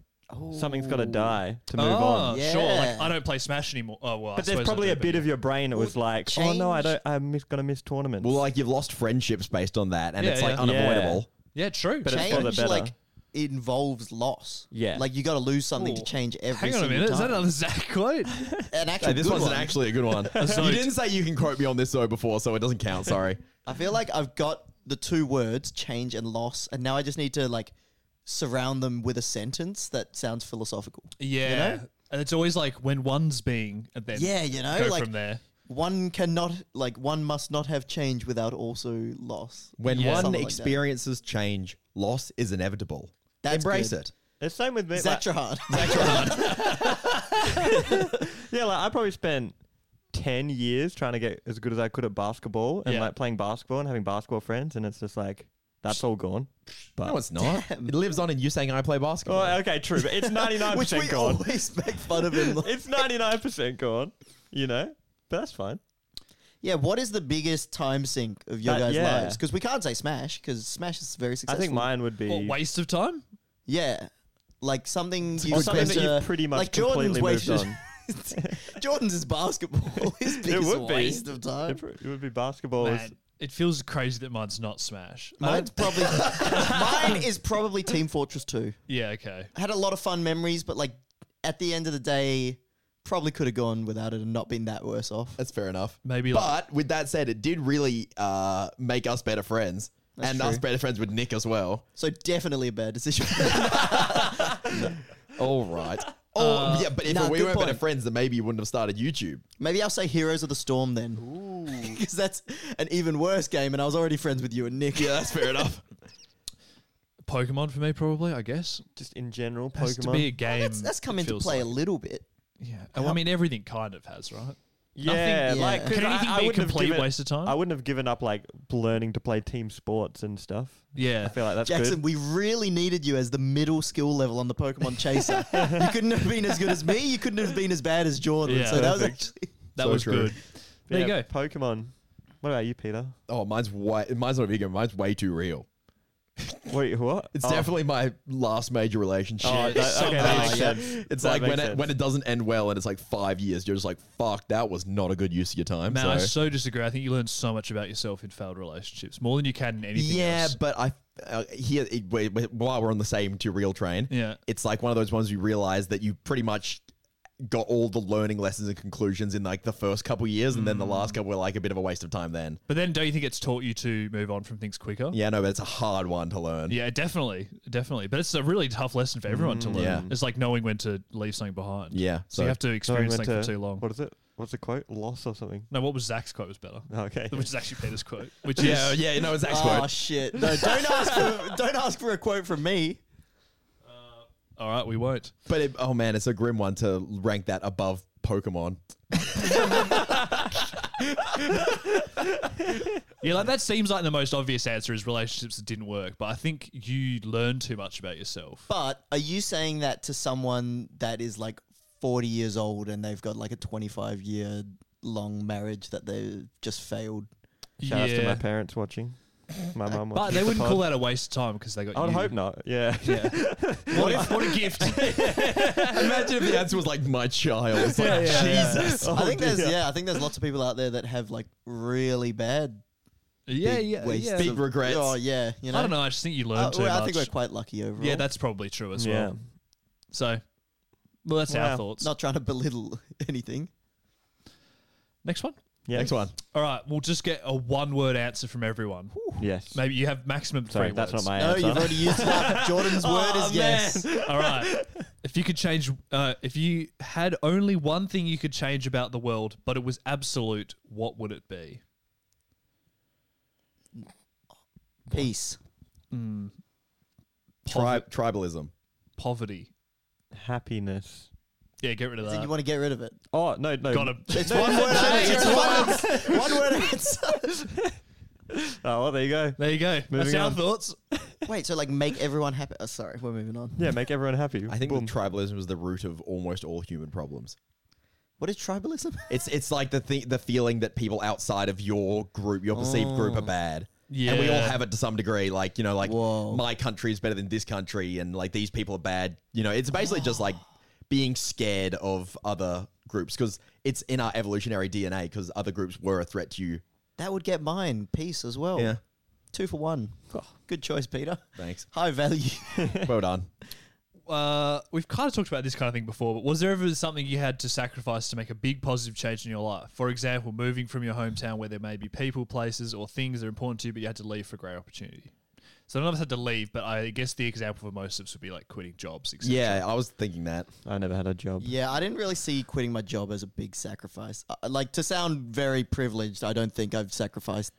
Speaker 4: something's got to die to move on.
Speaker 3: Yeah.
Speaker 5: Ah, sure. Like Oh. I don't play Smash anymore. Oh well, I
Speaker 4: But there's
Speaker 5: suppose I
Speaker 4: probably
Speaker 5: do,
Speaker 4: a
Speaker 5: but
Speaker 4: bit
Speaker 5: yeah.
Speaker 4: of your brain that was like, oh no, I
Speaker 3: change-
Speaker 4: don't, I'm miss, gonna miss tournaments.
Speaker 2: Well, like you've lost friendships based on that, and
Speaker 5: Yeah,
Speaker 2: it's like
Speaker 5: yeah.
Speaker 2: unavoidable.
Speaker 5: Yeah, true.
Speaker 4: But it's
Speaker 3: change
Speaker 4: for the better.
Speaker 3: like involves loss.
Speaker 4: Yeah.
Speaker 3: like you got to lose something to
Speaker 5: Ooh.
Speaker 3: change every.
Speaker 5: Hang on a
Speaker 3: single
Speaker 5: minute, is that
Speaker 3: time.
Speaker 5: another Zach quote?
Speaker 3: an actual
Speaker 2: Hey, this
Speaker 3: good
Speaker 2: one's
Speaker 3: one.
Speaker 2: actually a good one. you
Speaker 5: Sorry.
Speaker 2: didn't say you can quote me on this though before, so it doesn't count. Sorry.
Speaker 3: I feel like I've got the two words change and loss, and now I just need to like surround them with a sentence that sounds philosophical.
Speaker 5: yeah. And it's always like when one's being and then
Speaker 3: Yeah, you know,
Speaker 5: go
Speaker 3: like
Speaker 5: from there.
Speaker 3: one cannot, like one must not have change without also loss.
Speaker 2: When
Speaker 5: Yeah.
Speaker 2: one
Speaker 3: Something like that.
Speaker 2: experiences change, loss is inevitable.
Speaker 3: That's
Speaker 2: Embrace
Speaker 3: good.
Speaker 2: it.
Speaker 4: it's same with me.
Speaker 3: Zach
Speaker 4: Like,
Speaker 3: Trahant.
Speaker 4: yeah, like I probably spent ten years trying to get as good as I could at basketball and
Speaker 5: Yeah.
Speaker 4: like playing basketball and having basketball friends, and it's just like that's all gone.
Speaker 2: no, it's not. It lives on in you saying I play basketball.
Speaker 4: Oh, okay, true, but it's ninety nine
Speaker 3: Which we
Speaker 4: percent gone.
Speaker 3: always make fun of him. like-
Speaker 4: it's ninety nine percent gone. You know, but that's fine.
Speaker 3: Yeah, what is the biggest time sink of your
Speaker 4: That-
Speaker 3: guys'
Speaker 4: yeah.
Speaker 3: lives? Because we can't say Smash, because Smash is very
Speaker 4: I
Speaker 3: successful.
Speaker 4: think mine would be.
Speaker 5: What, waste of time?
Speaker 3: Yeah, like something you
Speaker 4: good
Speaker 3: something
Speaker 4: question.
Speaker 3: that
Speaker 4: You've pretty much
Speaker 3: uh, like Jordan's
Speaker 4: completely moved
Speaker 3: wasted- Jordan's is basketball. His biggest
Speaker 4: would be.
Speaker 3: waste of time.
Speaker 4: it pr- it would be basketball. is-
Speaker 5: Man, it feels crazy that mine's not Smash. I-
Speaker 3: Mine's probably mine is probably Team Fortress Two.
Speaker 5: yeah, okay.
Speaker 3: I had a lot of fun memories, but like at the end of the day, probably could have gone without it and not been that worse off.
Speaker 2: That's fair enough.
Speaker 5: Maybe
Speaker 2: But
Speaker 5: like-
Speaker 2: with that said, it did really uh, make us better friends. and us
Speaker 3: true.
Speaker 2: better friends with Nick as well.
Speaker 3: So definitely a bad decision.
Speaker 2: All right. Oh, yeah, but if
Speaker 3: nah,
Speaker 2: we
Speaker 3: good
Speaker 2: weren't better
Speaker 3: point.
Speaker 2: friends, then maybe you wouldn't have started YouTube.
Speaker 3: Maybe I'll say Heroes of the Storm then, because that's an even worse game, and I was already friends with you and Nick.
Speaker 2: Yeah, that's fair enough.
Speaker 5: Pokemon for me, probably, I guess.
Speaker 4: just in general,
Speaker 5: Has to be a
Speaker 4: Pokemon.
Speaker 5: game.
Speaker 3: that's, that's come
Speaker 5: it
Speaker 3: into
Speaker 5: feels
Speaker 3: play a
Speaker 5: like.
Speaker 3: little bit.
Speaker 5: Yeah. Oh, I mean, everything kind of has, right?
Speaker 4: Yeah,
Speaker 3: Nothing-
Speaker 4: like
Speaker 3: yeah.
Speaker 4: 'cause
Speaker 5: Can
Speaker 4: I-
Speaker 5: anything
Speaker 4: I
Speaker 5: be a
Speaker 4: wouldn't have
Speaker 5: complete
Speaker 4: given-
Speaker 5: waste of time?
Speaker 4: I wouldn't have given up like learning to play team sports and stuff.
Speaker 5: Yeah.
Speaker 4: I feel like that's
Speaker 3: Jackson,
Speaker 4: good.
Speaker 3: we really needed you as the middle skill level on the Pokemon Chaser. you couldn't have been as good as me. You couldn't have been as bad as Jordan.
Speaker 5: Yeah.
Speaker 3: so that was
Speaker 4: Perfect.
Speaker 3: actually
Speaker 5: That
Speaker 2: So
Speaker 5: was
Speaker 2: true.
Speaker 5: good. There
Speaker 4: Yeah,
Speaker 5: you go.
Speaker 4: Pokemon. What about you, Peter?
Speaker 2: Oh, mine's way, mine's not a video game. Mine's way too real.
Speaker 4: Wait, what?
Speaker 2: It's
Speaker 4: Oh.
Speaker 2: definitely my last major relationship.
Speaker 4: Oh, that, okay,
Speaker 5: Something.
Speaker 4: that makes
Speaker 3: Yeah.
Speaker 4: sense.
Speaker 2: It's
Speaker 4: That
Speaker 2: like when
Speaker 4: makes
Speaker 2: it, when
Speaker 4: sense.
Speaker 2: it doesn't end well and it's like five years, you're just like, fuck, that was not a good use of your time.
Speaker 5: Man,
Speaker 2: so.
Speaker 5: I so disagree. I think you learn so much about yourself in failed relationships, more than you can in anything
Speaker 2: yeah,
Speaker 5: else.
Speaker 2: but I uh, here it, we, we- while we're on the same two reel train,
Speaker 5: Yeah.
Speaker 2: it's like one of those ones you realize that you pretty much got all the learning lessons and conclusions in like the first couple years, and then the
Speaker 4: Mm.
Speaker 2: last couple were like a bit of a waste of time. Then
Speaker 5: But then, don't you think it's taught you to move on from things quicker?
Speaker 2: yeah, no, but it's a hard one to learn.
Speaker 5: Yeah, definitely, definitely. But it's a really tough lesson for everyone to learn.
Speaker 2: yeah.
Speaker 5: It's like knowing when to leave something behind.
Speaker 2: Yeah,
Speaker 5: so, you
Speaker 2: so-
Speaker 5: have to
Speaker 4: Sorry, I
Speaker 5: experience
Speaker 4: went
Speaker 5: something for
Speaker 4: to-
Speaker 5: too long.
Speaker 4: What is it? What's the quote? Loss or something?
Speaker 5: No, what was Zach's quote was better,
Speaker 4: Okay.
Speaker 5: which is actually Peter's quote. Which
Speaker 2: yeah,
Speaker 5: is
Speaker 2: yeah, no, it's actually.
Speaker 3: oh shit. No, don't ask for don't ask for a quote from me.
Speaker 5: all right, we won't.
Speaker 2: But it, oh man, it's a grim one to rank that above Pokemon.
Speaker 5: Yeah, like that seems like the most obvious answer is relationships that didn't work. But I think you learn too much about yourself.
Speaker 3: But are you saying that to someone that is like 40 years old and they've got like a 25 year long marriage that they just failed?
Speaker 4: Shout outs to
Speaker 5: Yeah.
Speaker 4: my parents watching. My mum watching.
Speaker 5: But they
Speaker 4: the
Speaker 5: wouldn't call
Speaker 4: pod.
Speaker 5: that a waste of time because they got.
Speaker 4: I would
Speaker 5: you.
Speaker 4: hope not. Yeah.
Speaker 5: Yeah. what, if, what a gift.
Speaker 2: Imagine if the answer was like my child. It's like, Jesus.
Speaker 3: I think there's yeah, I think there's lots of people out there that have like really bad
Speaker 5: yeah,
Speaker 3: big
Speaker 5: yeah,
Speaker 3: waste
Speaker 5: yeah.
Speaker 2: Big regrets.
Speaker 3: Oh yeah, you know.
Speaker 5: I don't know. I just think you learn
Speaker 3: Uh,
Speaker 5: too
Speaker 3: well, I
Speaker 5: much.
Speaker 3: think we're quite lucky overall.
Speaker 5: yeah, that's probably true as
Speaker 4: Yeah.
Speaker 5: well. So, well, that's
Speaker 4: Wow.
Speaker 5: our thoughts.
Speaker 3: not trying to belittle anything.
Speaker 5: Next one.
Speaker 4: yeah.
Speaker 2: Next one.
Speaker 5: All right, we'll just get a one-word answer from everyone.
Speaker 4: Yes.
Speaker 5: Maybe you have maximum three
Speaker 4: Sorry, that's
Speaker 5: words.
Speaker 4: not my
Speaker 3: No,
Speaker 4: answer.
Speaker 3: you've already used it up. Jordan's word
Speaker 5: Oh,
Speaker 3: is yes.
Speaker 5: man. All right. If you could change, uh, if you had only one thing you could change about the world, but it was absolute, what would it be?
Speaker 3: Peace.
Speaker 2: Tri- tribalism.
Speaker 5: Poverty.
Speaker 4: Happiness.
Speaker 5: Yeah, get rid of
Speaker 3: Then
Speaker 5: that.
Speaker 3: you want to get rid of it.
Speaker 4: Oh no no.
Speaker 5: Got him.
Speaker 3: It's one word. It's one, one word answer.
Speaker 4: Oh well, there you go.
Speaker 5: There you go. that's
Speaker 4: Moving
Speaker 5: our
Speaker 4: on.
Speaker 5: thoughts.
Speaker 3: Wait, so like make everyone happy. Oh, sorry, we're moving on.
Speaker 4: Yeah, make everyone happy.
Speaker 2: I think
Speaker 4: Boom.
Speaker 2: that tribalism is the root of almost all human problems.
Speaker 3: What is tribalism?
Speaker 2: It's it's like the thi- the feeling that people outside of your group, your perceived group, are bad. And we all
Speaker 5: Yeah.
Speaker 2: have it to some degree. Like, you know, like
Speaker 3: Whoa.
Speaker 2: my country is better than this country and like these people are bad. You know, it's basically just like being scared of other groups because it's in our evolutionary DNA because other groups were a threat to you.
Speaker 3: That would get mine. Peace as well.
Speaker 2: Yeah.
Speaker 3: Two for one. Good choice, Peter.
Speaker 2: Thanks.
Speaker 3: High value.
Speaker 2: well done.
Speaker 5: Uh, we've kind of talked about this kind of thing before, but was there ever something you had to sacrifice to make a big positive change in your life? For example, moving from your hometown where there may be people, places, or things that are important to you, but you had to leave for a great opportunity. So none of us had to leave, but I guess the example for most of us would be like quitting jobs. etc.
Speaker 2: Yeah, I was thinking that.
Speaker 4: I never had a job.
Speaker 3: yeah, I didn't really see quitting my job as a big sacrifice. Uh, like to sound very privileged, I don't think I've sacrificed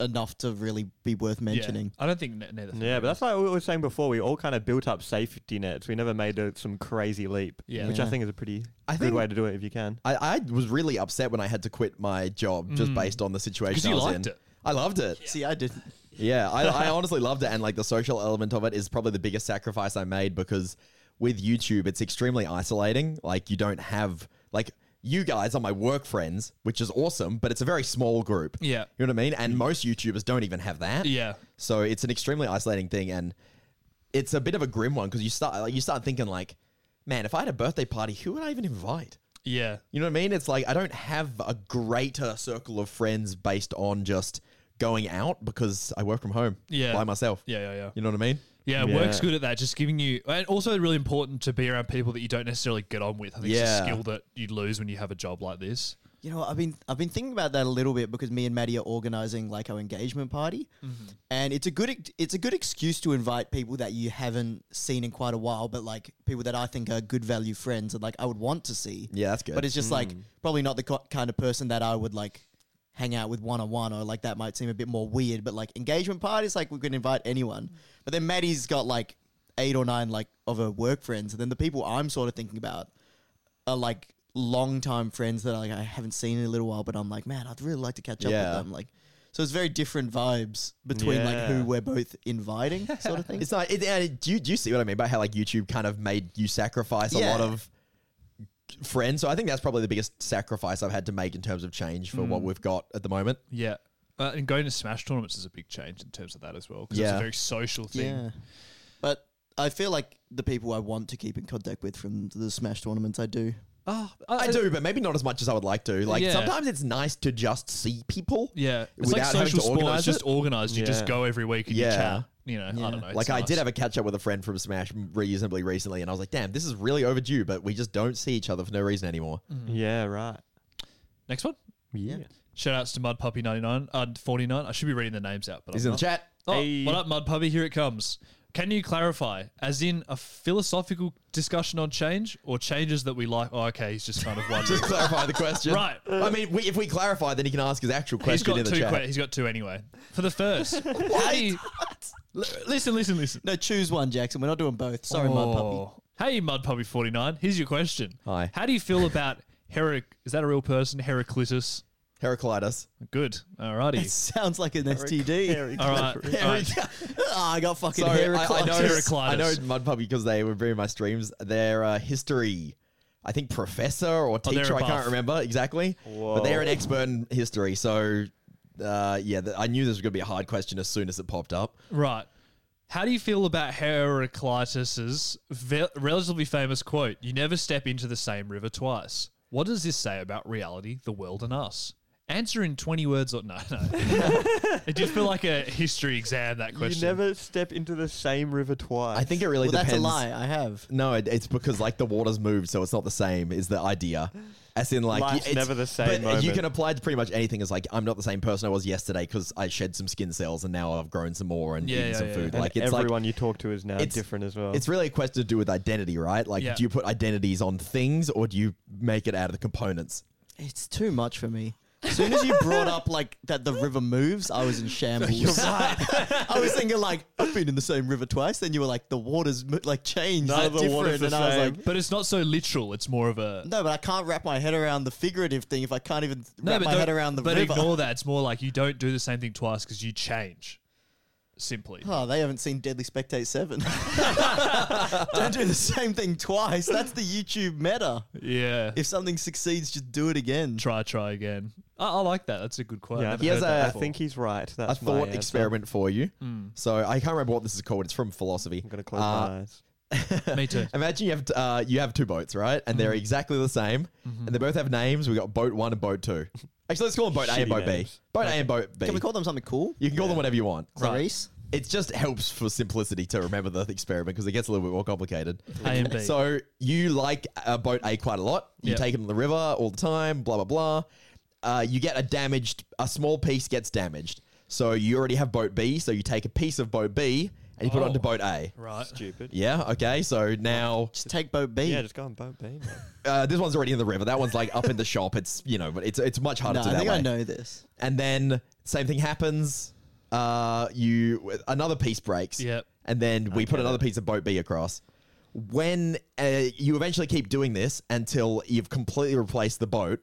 Speaker 3: enough to really be worth
Speaker 5: Yeah.
Speaker 3: mentioning.
Speaker 5: I don't think ne- neither. thing
Speaker 4: Yeah, but
Speaker 5: is.
Speaker 4: that's like we were saying before. We all kind of built up safety nets. We never made a, some crazy leap,
Speaker 5: Yeah.
Speaker 4: which
Speaker 3: Yeah.
Speaker 4: I think is a pretty
Speaker 2: I
Speaker 4: good
Speaker 2: think-
Speaker 4: way to do it if you can.
Speaker 2: I, I was really upset when I had to quit my job just based on the situation
Speaker 5: Mm. you
Speaker 2: I was
Speaker 5: liked
Speaker 2: in.
Speaker 5: it.
Speaker 2: I loved it.
Speaker 3: See, I didn't.
Speaker 2: Yeah, I, I honestly loved it, and like the social element of it is probably the biggest sacrifice I made because with YouTube, it's extremely isolating. Like you don't have like you guys are my work friends, which is awesome, but it's a very small group.
Speaker 5: Yeah.
Speaker 2: You know what I mean? And most YouTubers don't even have that.
Speaker 5: Yeah.
Speaker 2: So it's an extremely isolating thing and it's a bit of a grim one because you start like, you start thinking like, man, if I had a birthday party, who would I even invite?
Speaker 5: Yeah.
Speaker 2: You know what I mean? It's like I don't have a greater circle of friends based on just going out because I work from home
Speaker 5: Yeah.
Speaker 2: by myself.
Speaker 5: Yeah, yeah, yeah.
Speaker 2: You know what I mean?
Speaker 5: Yeah, work's good at that. Just giving you, and also really important to be around people that you don't necessarily get on with. I think it's a
Speaker 2: Yeah.
Speaker 5: skill that you lose when you have a job like this.
Speaker 3: You know, I've been I've been thinking about that a little bit because me and Maddie are organizing like our engagement party,
Speaker 2: Mm-hmm.
Speaker 3: and it's a good ex- it's a good excuse to invite people that you haven't seen in quite a while, but like people that I think are good value friends and like I would want to see.
Speaker 2: Yeah, that's good. Mm.
Speaker 3: But it's just like probably not the co- kind of person that I would like hang out with one on one or like that might seem a bit more weird. But like engagement parties, like we can invite anyone. But then Maddie's got like eight or nine like of her work friends, and then the people I'm sort of thinking about are like long time friends that like I haven't seen in a little while. But I'm like, man, I'd really like to catch up
Speaker 2: Yeah.
Speaker 3: with them. Like, so it's very different vibes between like who
Speaker 4: Yeah.
Speaker 3: we're both inviting, sort of thing.
Speaker 2: It's not. It, and it- do, you, do you see what I mean by how like YouTube kind of made you sacrifice a
Speaker 3: Yeah.
Speaker 2: lot of friends? So I think that's probably the biggest sacrifice I've had to make in terms of change for
Speaker 5: Mm.
Speaker 2: what we've got at the moment.
Speaker 5: Yeah. Uh, and going to Smash tournaments is a big change in terms of that as well. Because it's a
Speaker 2: Yeah.
Speaker 5: very social thing.
Speaker 3: yeah, but. I feel like the people I want to keep in contact with from the Smash tournaments I do.
Speaker 5: Oh,
Speaker 2: I do, but maybe not as much as I would like to. Like
Speaker 5: Yeah.
Speaker 2: sometimes it's nice to just see people.
Speaker 5: Yeah. It's like
Speaker 2: Without having
Speaker 5: social
Speaker 2: to
Speaker 5: sport.
Speaker 2: organise
Speaker 5: It's just
Speaker 2: it?
Speaker 5: organized. You just
Speaker 4: Yeah.
Speaker 5: go every week and you
Speaker 2: Yeah.
Speaker 5: chat. You know, I don't know.
Speaker 2: Like I did have a catch up with a friend from Smash reasonably recently, and I was like, "Damn, this is really overdue." But we just don't see each other for no reason anymore.
Speaker 5: Mm,
Speaker 4: Yeah, right.
Speaker 5: Next one.
Speaker 4: Yeah.
Speaker 5: Shout outs to Mud Puppy 99, uh, 49. I should be reading the names out, but
Speaker 2: He's
Speaker 5: I'm
Speaker 2: in
Speaker 5: not.
Speaker 2: the chat.
Speaker 5: Oh,
Speaker 4: Hey.
Speaker 5: what up, Mud Puppy? Here it comes. Can you clarify, as in a philosophical discussion on change or changes that we like? Oh, okay, he's just kind of one.
Speaker 2: Just clarify the question,
Speaker 5: Right.
Speaker 2: I mean, we, if we clarify, then he can ask his actual question
Speaker 5: he's got
Speaker 2: in the
Speaker 5: two.
Speaker 2: chat.
Speaker 5: Que- he's got two anyway. For the first, how do you- L- listen, listen, listen.
Speaker 3: No, choose one, Jackson. We're not doing both. Sorry, Mud Puppy.
Speaker 5: Oh. Hey, Mud Puppy 49. Here's your question.
Speaker 2: Hi.
Speaker 5: How do you feel about Herac? Is that a real person? Heraclitus.
Speaker 2: Heraclitus.
Speaker 5: Good. Alrighty.
Speaker 3: Sounds like an STD.
Speaker 5: All right. All right.
Speaker 3: Ah, I got fucking
Speaker 2: Sorry,
Speaker 3: hair.
Speaker 2: I, I know,
Speaker 5: Heraclitus.
Speaker 2: I know Mud Puppy because they were very my streams. Their uh, history, I think professor or
Speaker 5: Oh, they're
Speaker 2: teacher,
Speaker 5: a
Speaker 2: I
Speaker 5: buff.
Speaker 2: can't remember exactly. But they're an expert in history, so uh, yeah, th- I knew this was going to be a hard question as soon as it popped up.
Speaker 5: Right. How do you feel about Heraclitus's ve- relatively famous quote, "You never step into the same river twice"? What does this say about reality, the world, and us? Answer in twenty words or no, no. it did feel like a history exam. That question.
Speaker 4: You never step into the same river twice.
Speaker 2: I think it really
Speaker 3: Well, that's
Speaker 2: depends.
Speaker 3: a lie. I have.
Speaker 2: No, it, it's because like the water's moved, so it's not the same. Is the idea? As in, like
Speaker 4: Life's
Speaker 2: it's-
Speaker 4: never the same
Speaker 2: But you
Speaker 4: moment.
Speaker 2: can apply it to pretty much anything. As like, I'm not the same person I was yesterday because I shed some skin cells and now I've grown some more and
Speaker 5: Yeah,
Speaker 2: eaten
Speaker 5: yeah,
Speaker 2: some
Speaker 5: yeah.
Speaker 2: food.
Speaker 4: And
Speaker 2: like it's like
Speaker 4: everyone you talk to is now different as well.
Speaker 2: It's really a question to do with identity, right? Like,
Speaker 5: Yeah.
Speaker 2: do you put identities on things or do you make it out of the components?
Speaker 3: It's too much for me. As soon as you brought up like that the river moves, I was in shambles. I was thinking like I've been in the same river twice. Then you were like the waters mo- like changed.
Speaker 4: No,
Speaker 3: they're
Speaker 4: the water's the
Speaker 3: and I was
Speaker 4: same.
Speaker 3: like,
Speaker 5: But it's not so literal. It's more of a
Speaker 3: no, but I can't wrap my head around the figurative thing if I can't even wrap my
Speaker 5: don't-
Speaker 3: head around the
Speaker 5: but
Speaker 3: river.
Speaker 5: ignore that. It's more like you don't do the same thing twice because you change. Simply.
Speaker 3: Oh, they haven't seen Deadly Spectate 7. Don't do the same thing twice. That's the YouTube meta.
Speaker 5: Yeah.
Speaker 3: If something succeeds, just do it again.
Speaker 5: try, try again. I, I like that. That's a good quote.
Speaker 4: Yeah,
Speaker 5: Yeah,
Speaker 4: I
Speaker 5: I've heard
Speaker 4: think-
Speaker 5: that
Speaker 2: a-
Speaker 4: I
Speaker 5: before.
Speaker 4: think he's right. That's
Speaker 2: A
Speaker 4: my
Speaker 2: thought
Speaker 4: answer.
Speaker 2: experiment for you. So I can't remember what this is called. It's from philosophy.
Speaker 4: I'm gonna close
Speaker 2: Uh,
Speaker 4: my eyes.
Speaker 5: Me too.
Speaker 2: Imagine you have t- uh, you have two boats, right? And they're exactly the same, and they both have names. We got boat one and boat two. Actually, let's call them boat A and
Speaker 4: Shitty
Speaker 2: boat
Speaker 4: names.
Speaker 2: B. Boat A and boat B.
Speaker 3: Can we call them something cool?
Speaker 2: you can call them whatever you want.
Speaker 3: Clarice?
Speaker 2: It just helps for simplicity to remember the experiment because it gets a little bit more complicated.
Speaker 5: A and B.
Speaker 2: So you like uh, boat A quite a lot. You
Speaker 5: Yeah.
Speaker 2: take it on the river all the time. Blah blah blah. Uh, you get a damaged. A small piece gets damaged. So you already have boat B. So you take a piece of boat B and you put it
Speaker 5: Oh.
Speaker 2: onto boat A.
Speaker 5: right.
Speaker 4: Stupid.
Speaker 2: Yeah. Okay. So now
Speaker 3: Just take boat B.
Speaker 4: Yeah, just go on boat B. mate.
Speaker 2: uh, this one's already in the river. That one's like up in the shop. It's you know, but it's it's much harder
Speaker 3: no,
Speaker 2: to
Speaker 3: I
Speaker 2: that
Speaker 3: think
Speaker 2: way.
Speaker 3: I know this.
Speaker 2: And then same thing happens. Uh, you another piece breaks.
Speaker 5: Yep.
Speaker 2: And then we put another piece of boat B across. When uh, you eventually keep doing this until you've completely replaced the boat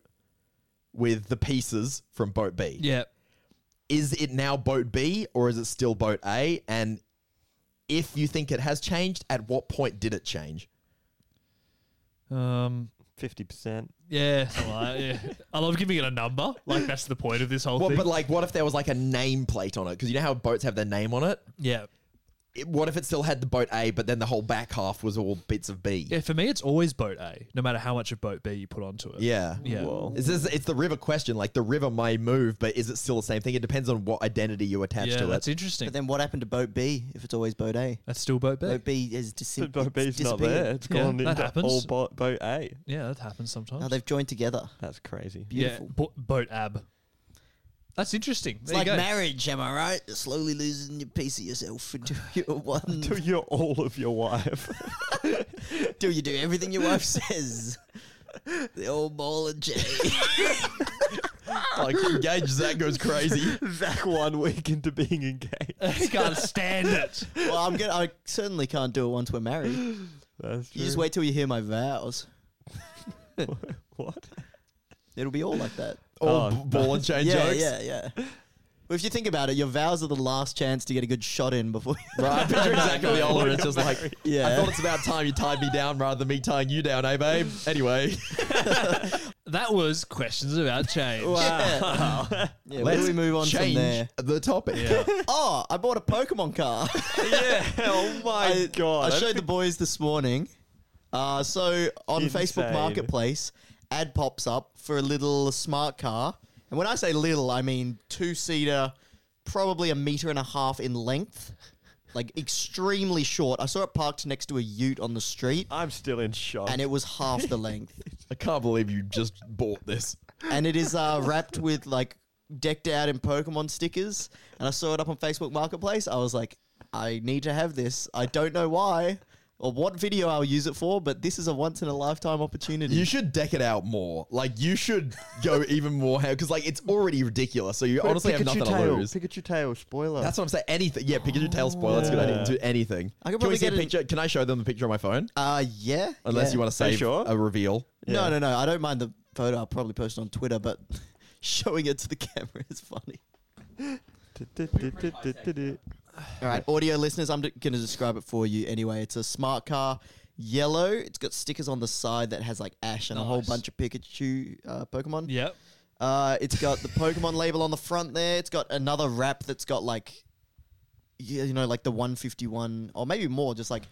Speaker 2: with the pieces from boat B.
Speaker 5: Yeah.
Speaker 2: Is it now boat B or is it still boat A? And if you think it has changed, at what point did it change?
Speaker 5: Um,
Speaker 4: fifty percent.
Speaker 5: Yeah, something like that, yeah. I love giving it a number. Like that's the point of this whole
Speaker 2: What,
Speaker 5: thing.
Speaker 2: but like, what if there was like a nameplate on it? Because you know how boats have their name on it.
Speaker 5: yeah,
Speaker 2: It- What if it still had the boat A, but then the whole back half was all bits of B?
Speaker 5: yeah. For me, it's always boat A, no matter how much of boat B you put onto it.
Speaker 2: Yeah.
Speaker 5: Yeah. Whoa.
Speaker 2: Is this, it's the river question. Like the river may move, but is it still the same thing? It depends on what identity you attach
Speaker 5: yeah,
Speaker 2: to
Speaker 5: that's
Speaker 2: it.
Speaker 5: interesting.
Speaker 3: But then what happened to boat B if it's always boat A?
Speaker 5: that's still boat B.
Speaker 3: Boat B is dis-
Speaker 4: But boat
Speaker 3: it's
Speaker 4: B's not
Speaker 3: disappeared.
Speaker 4: there. It's
Speaker 5: Yeah,
Speaker 4: gone
Speaker 5: that
Speaker 4: into all
Speaker 5: happens.
Speaker 4: bo- boat A.
Speaker 5: Yeah, that happens sometimes.
Speaker 3: Now they've joined together.
Speaker 4: That's crazy.
Speaker 3: Beautiful.
Speaker 5: Yeah, bo- boat ab. That's interesting.
Speaker 3: It's
Speaker 5: There
Speaker 3: like
Speaker 5: you go.
Speaker 3: marriage, am I right? You're slowly losing your piece of yourself until you're one.
Speaker 4: Till
Speaker 3: until
Speaker 4: you're all of your wife.
Speaker 3: you do everything your wife says. The old ball and chain.
Speaker 2: Like engage Zach goes crazy.
Speaker 4: Zach one week into being engaged.
Speaker 5: I can't stand it.
Speaker 3: well, I'm gonna, I certainly can't do it once we're married. You
Speaker 4: That's true.
Speaker 3: just wait till you hear my vows.
Speaker 4: What?
Speaker 3: It'll be all like that.
Speaker 2: All
Speaker 4: Oh,
Speaker 2: b- ball and chain
Speaker 3: yeah,
Speaker 2: jokes.
Speaker 3: yeah, yeah. Well, if you think about it, your vows are the last chance to get a good shot in before. You
Speaker 2: Right, I picture Zach on the old one. It's just like,
Speaker 3: Yeah.
Speaker 2: I thought it's about time you tied me down rather than me tying you down, eh, babe? Anyway,
Speaker 5: That was questions about change.
Speaker 3: Wow. Yeah, where do we move on from
Speaker 2: change
Speaker 3: there?
Speaker 2: the topic.
Speaker 3: Oh, I bought a Pokemon card.
Speaker 4: Yeah. Oh my
Speaker 3: I,
Speaker 4: god.
Speaker 3: I showed the boys this morning. Uh, so on Facebook
Speaker 4: Insane.
Speaker 3: Marketplace, ad pops up for a little smart car. And when I say little, I mean two seater, probably a meter and a half in length. Like extremely short. I saw it parked next to a ute on the street,
Speaker 4: I'm still in shock.
Speaker 3: and it was half the length.
Speaker 2: I can't believe you just bought this.
Speaker 3: and it is uh, wrapped with like decked out in Pokemon stickers. And I saw it up on Facebook Marketplace. I was like, I need to have this. I don't know why or what video I'll use it for, but this is a once in a lifetime opportunity.
Speaker 2: You should deck it out more. Like you should go even more because like it's already ridiculous. So you
Speaker 4: But
Speaker 2: honestly have
Speaker 4: Pikachu
Speaker 2: nothing
Speaker 4: tail.
Speaker 2: to lose.
Speaker 4: Pikachu tail spoiler.
Speaker 2: That's what I'm saying. Anything. Yeah, Pikachu tail spoiler. That's a good idea. Do anything.
Speaker 3: I could
Speaker 2: Can we
Speaker 3: probably
Speaker 2: see a
Speaker 3: get an-
Speaker 2: picture? Can I show them the picture on my phone?
Speaker 3: uh, yeah.
Speaker 2: Unless
Speaker 3: yeah.
Speaker 2: you want to
Speaker 4: Are you
Speaker 2: save
Speaker 4: sure?
Speaker 2: a reveal.
Speaker 3: No, no, no. I don't mind the photo. I'll probably post it on Twitter, but showing it to the camera is funny. All right, audio listeners, I'm going to describe it for you anyway. It's a smart car, yellow. It's got stickers on the side that has like ash and a whole
Speaker 5: Nice.
Speaker 3: bunch of Pikachu uh, Pokemon.
Speaker 5: Yep.
Speaker 3: Uh, it's got the Pokemon label on the front there. It's got another wrap that's got like, yeah, you know, like the 151 or maybe more, just like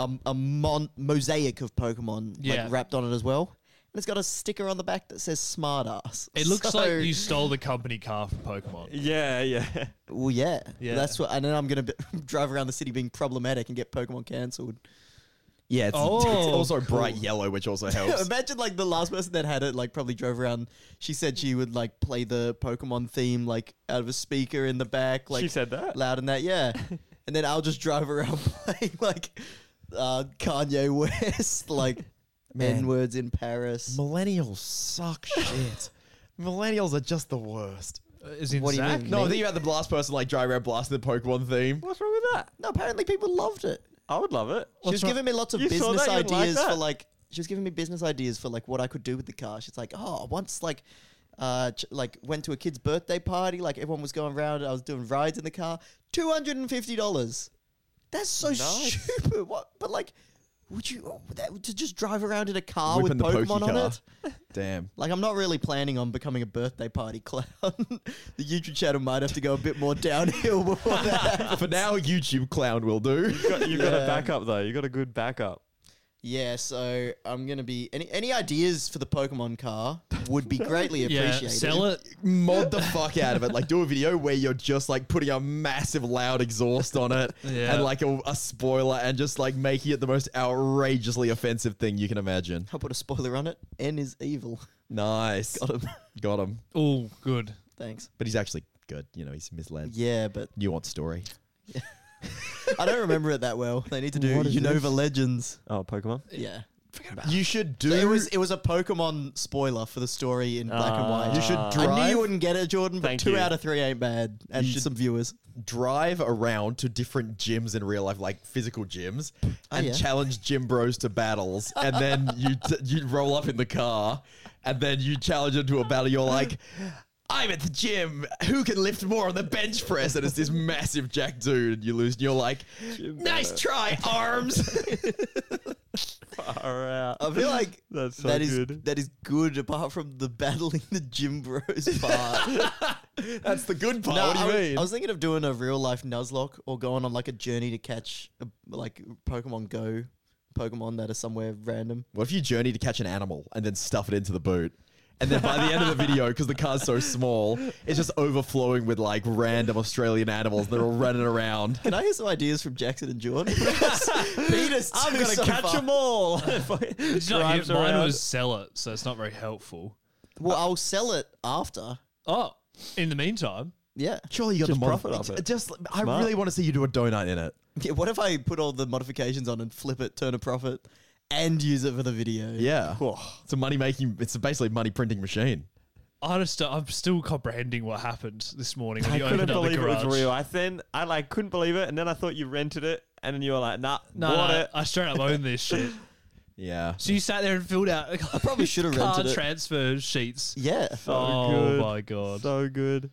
Speaker 3: a, a mon- mosaic of Pokemon
Speaker 5: Yeah.
Speaker 3: like wrapped on it as well. And it's got a sticker on the back that says "Smartass."
Speaker 5: It looks
Speaker 3: So-
Speaker 5: like you stole the company car from Pokemon.
Speaker 4: Yeah, yeah.
Speaker 3: Well, yeah,
Speaker 5: Yeah.
Speaker 3: That's what. And then I'm gonna be, drive around the city being problematic and get Pokemon cancelled.
Speaker 2: Yeah, it's,
Speaker 5: Oh,
Speaker 2: it's also
Speaker 5: cool.
Speaker 2: bright yellow, which also helps.
Speaker 3: Imagine like the last person that had it like probably drove around. She said she would like play the Pokemon theme like out of a speaker in the back. Like
Speaker 4: She said that?
Speaker 3: loud and that yeah. and then I'll just drive around playing like uh, Kanye West like N words in Paris.
Speaker 2: Millennials suck shit. Millennials are just the worst.
Speaker 5: Is in
Speaker 3: What do you
Speaker 5: Zach?
Speaker 3: mean?
Speaker 2: No, I'm
Speaker 3: Me?
Speaker 2: thinking about the last person like dry red blasting the Pokemon theme.
Speaker 4: What's wrong with that?
Speaker 3: no, apparently people loved it.
Speaker 4: I would love it.
Speaker 3: she was giving me lots of
Speaker 4: You saw
Speaker 3: business
Speaker 4: that? You like
Speaker 3: ideas for
Speaker 4: that?
Speaker 3: like she was giving me business ideas for like what I could do with the car. She's like, oh, once like. Uh, ch- like went to a kid's birthday party. Like everyone was going around. I was doing rides in the car. Two hundred and fifty dollars. That's so stupid. What? But like, would you oh, that, to just drive around in a car
Speaker 2: Whipping the
Speaker 3: with
Speaker 2: Pokey
Speaker 3: Pokemon on
Speaker 2: car.
Speaker 3: it?
Speaker 2: Damn.
Speaker 3: Like, I'm not really planning on becoming a birthday party clown. the YouTube channel might have to go a bit more downhill before that.
Speaker 2: For now, YouTube clown will do.
Speaker 4: You've got, you've got a backup though. You got a good backup.
Speaker 3: Yeah, so I'm gonna be any any ideas for the Pokemon car would be greatly
Speaker 5: Yeah.
Speaker 3: appreciated.
Speaker 5: Sell it.
Speaker 2: Mod the fuck out of it. Like, do a video where you're just like putting a massive loud exhaust on it
Speaker 5: Yeah.
Speaker 2: and like a, a spoiler and just like making it the most outrageously offensive thing you can imagine.
Speaker 3: I'll put a spoiler on it. N is evil.
Speaker 2: Nice. Got him. Got him.
Speaker 5: Oh, good.
Speaker 3: Thanks.
Speaker 2: But he's actually good. You know, he's misled.
Speaker 3: Yeah, but
Speaker 2: Nuanced story.
Speaker 3: I don't remember it that well. They need to do
Speaker 4: What is
Speaker 3: Unova
Speaker 4: this?
Speaker 3: Legends.
Speaker 4: Oh, Pokemon.
Speaker 3: Yeah.
Speaker 2: You should do.
Speaker 3: So it was it was a Pokemon spoiler for the story in black and white.
Speaker 2: you should
Speaker 3: I knew
Speaker 2: drive-
Speaker 3: you wouldn't get it, Jordan, but
Speaker 4: Thank
Speaker 3: two
Speaker 4: you.
Speaker 3: out of three ain't bad. And
Speaker 2: should-
Speaker 3: some viewers.
Speaker 2: drive around to different gyms in real life, like physical gyms, and
Speaker 3: Oh, yeah.
Speaker 2: challenge gym bros to battles. And then you t- you roll up in the car, and then you challenge them to a battle. You're like. I'm at the gym. Who can lift more on the bench press? And it's this massive jack dude, and you lose. And you're like, "Nice try, arms."
Speaker 4: Far out.
Speaker 3: I feel like
Speaker 4: That's so
Speaker 3: that is-
Speaker 4: good.
Speaker 3: that is good apart from the battling the gym bros part.
Speaker 2: That's the good part.
Speaker 3: No,
Speaker 2: what do
Speaker 3: I
Speaker 2: you
Speaker 3: was,
Speaker 2: mean?
Speaker 3: I was thinking of doing a real life Nuzlocke or going on like a journey to catch a, like Pokemon Go Pokemon that are somewhere random.
Speaker 2: what if you journey to catch an animal and then stuff it into the boot? And then by the end of the video, because the car's so small, it's just overflowing with like random Australian animals that are all running around.
Speaker 3: Can I hear some ideas from Jackson and Jordan? Peter's
Speaker 4: I'm
Speaker 3: too
Speaker 4: gonna
Speaker 3: so
Speaker 4: catch
Speaker 3: far.
Speaker 4: them all.
Speaker 5: Did you not hear-
Speaker 4: Drives
Speaker 5: mine
Speaker 4: around.
Speaker 5: was sell it, so it's not very helpful.
Speaker 3: Well, I'll sell it after.
Speaker 5: Oh, in the meantime,
Speaker 3: Yeah.
Speaker 2: Surely you got
Speaker 4: Just
Speaker 2: the
Speaker 4: profit off it.
Speaker 2: Just, I really want to see you do a donut in it.
Speaker 3: Yeah, What if I put all the modifications on and flip it, turn a profit, and use it for the video?
Speaker 2: Yeah, it's a money making. It's a basically money printing machine.
Speaker 5: I just, I'm still comprehending what happened this morning when
Speaker 4: I
Speaker 5: you
Speaker 4: couldn't
Speaker 5: opened up the
Speaker 4: believe it
Speaker 5: garage.
Speaker 4: was real. I then I like couldn't believe it, and then I thought you rented it, and then you were like, "Nah,
Speaker 5: No,
Speaker 4: bought
Speaker 5: no,
Speaker 4: it."
Speaker 5: I straight up own this shit.
Speaker 2: Yeah,
Speaker 5: So you sat there and filled out. I
Speaker 3: probably should've
Speaker 5: car
Speaker 3: rented it.
Speaker 5: transfer sheets.
Speaker 3: Yeah.
Speaker 5: oh
Speaker 4: good.
Speaker 5: my god,
Speaker 4: so good.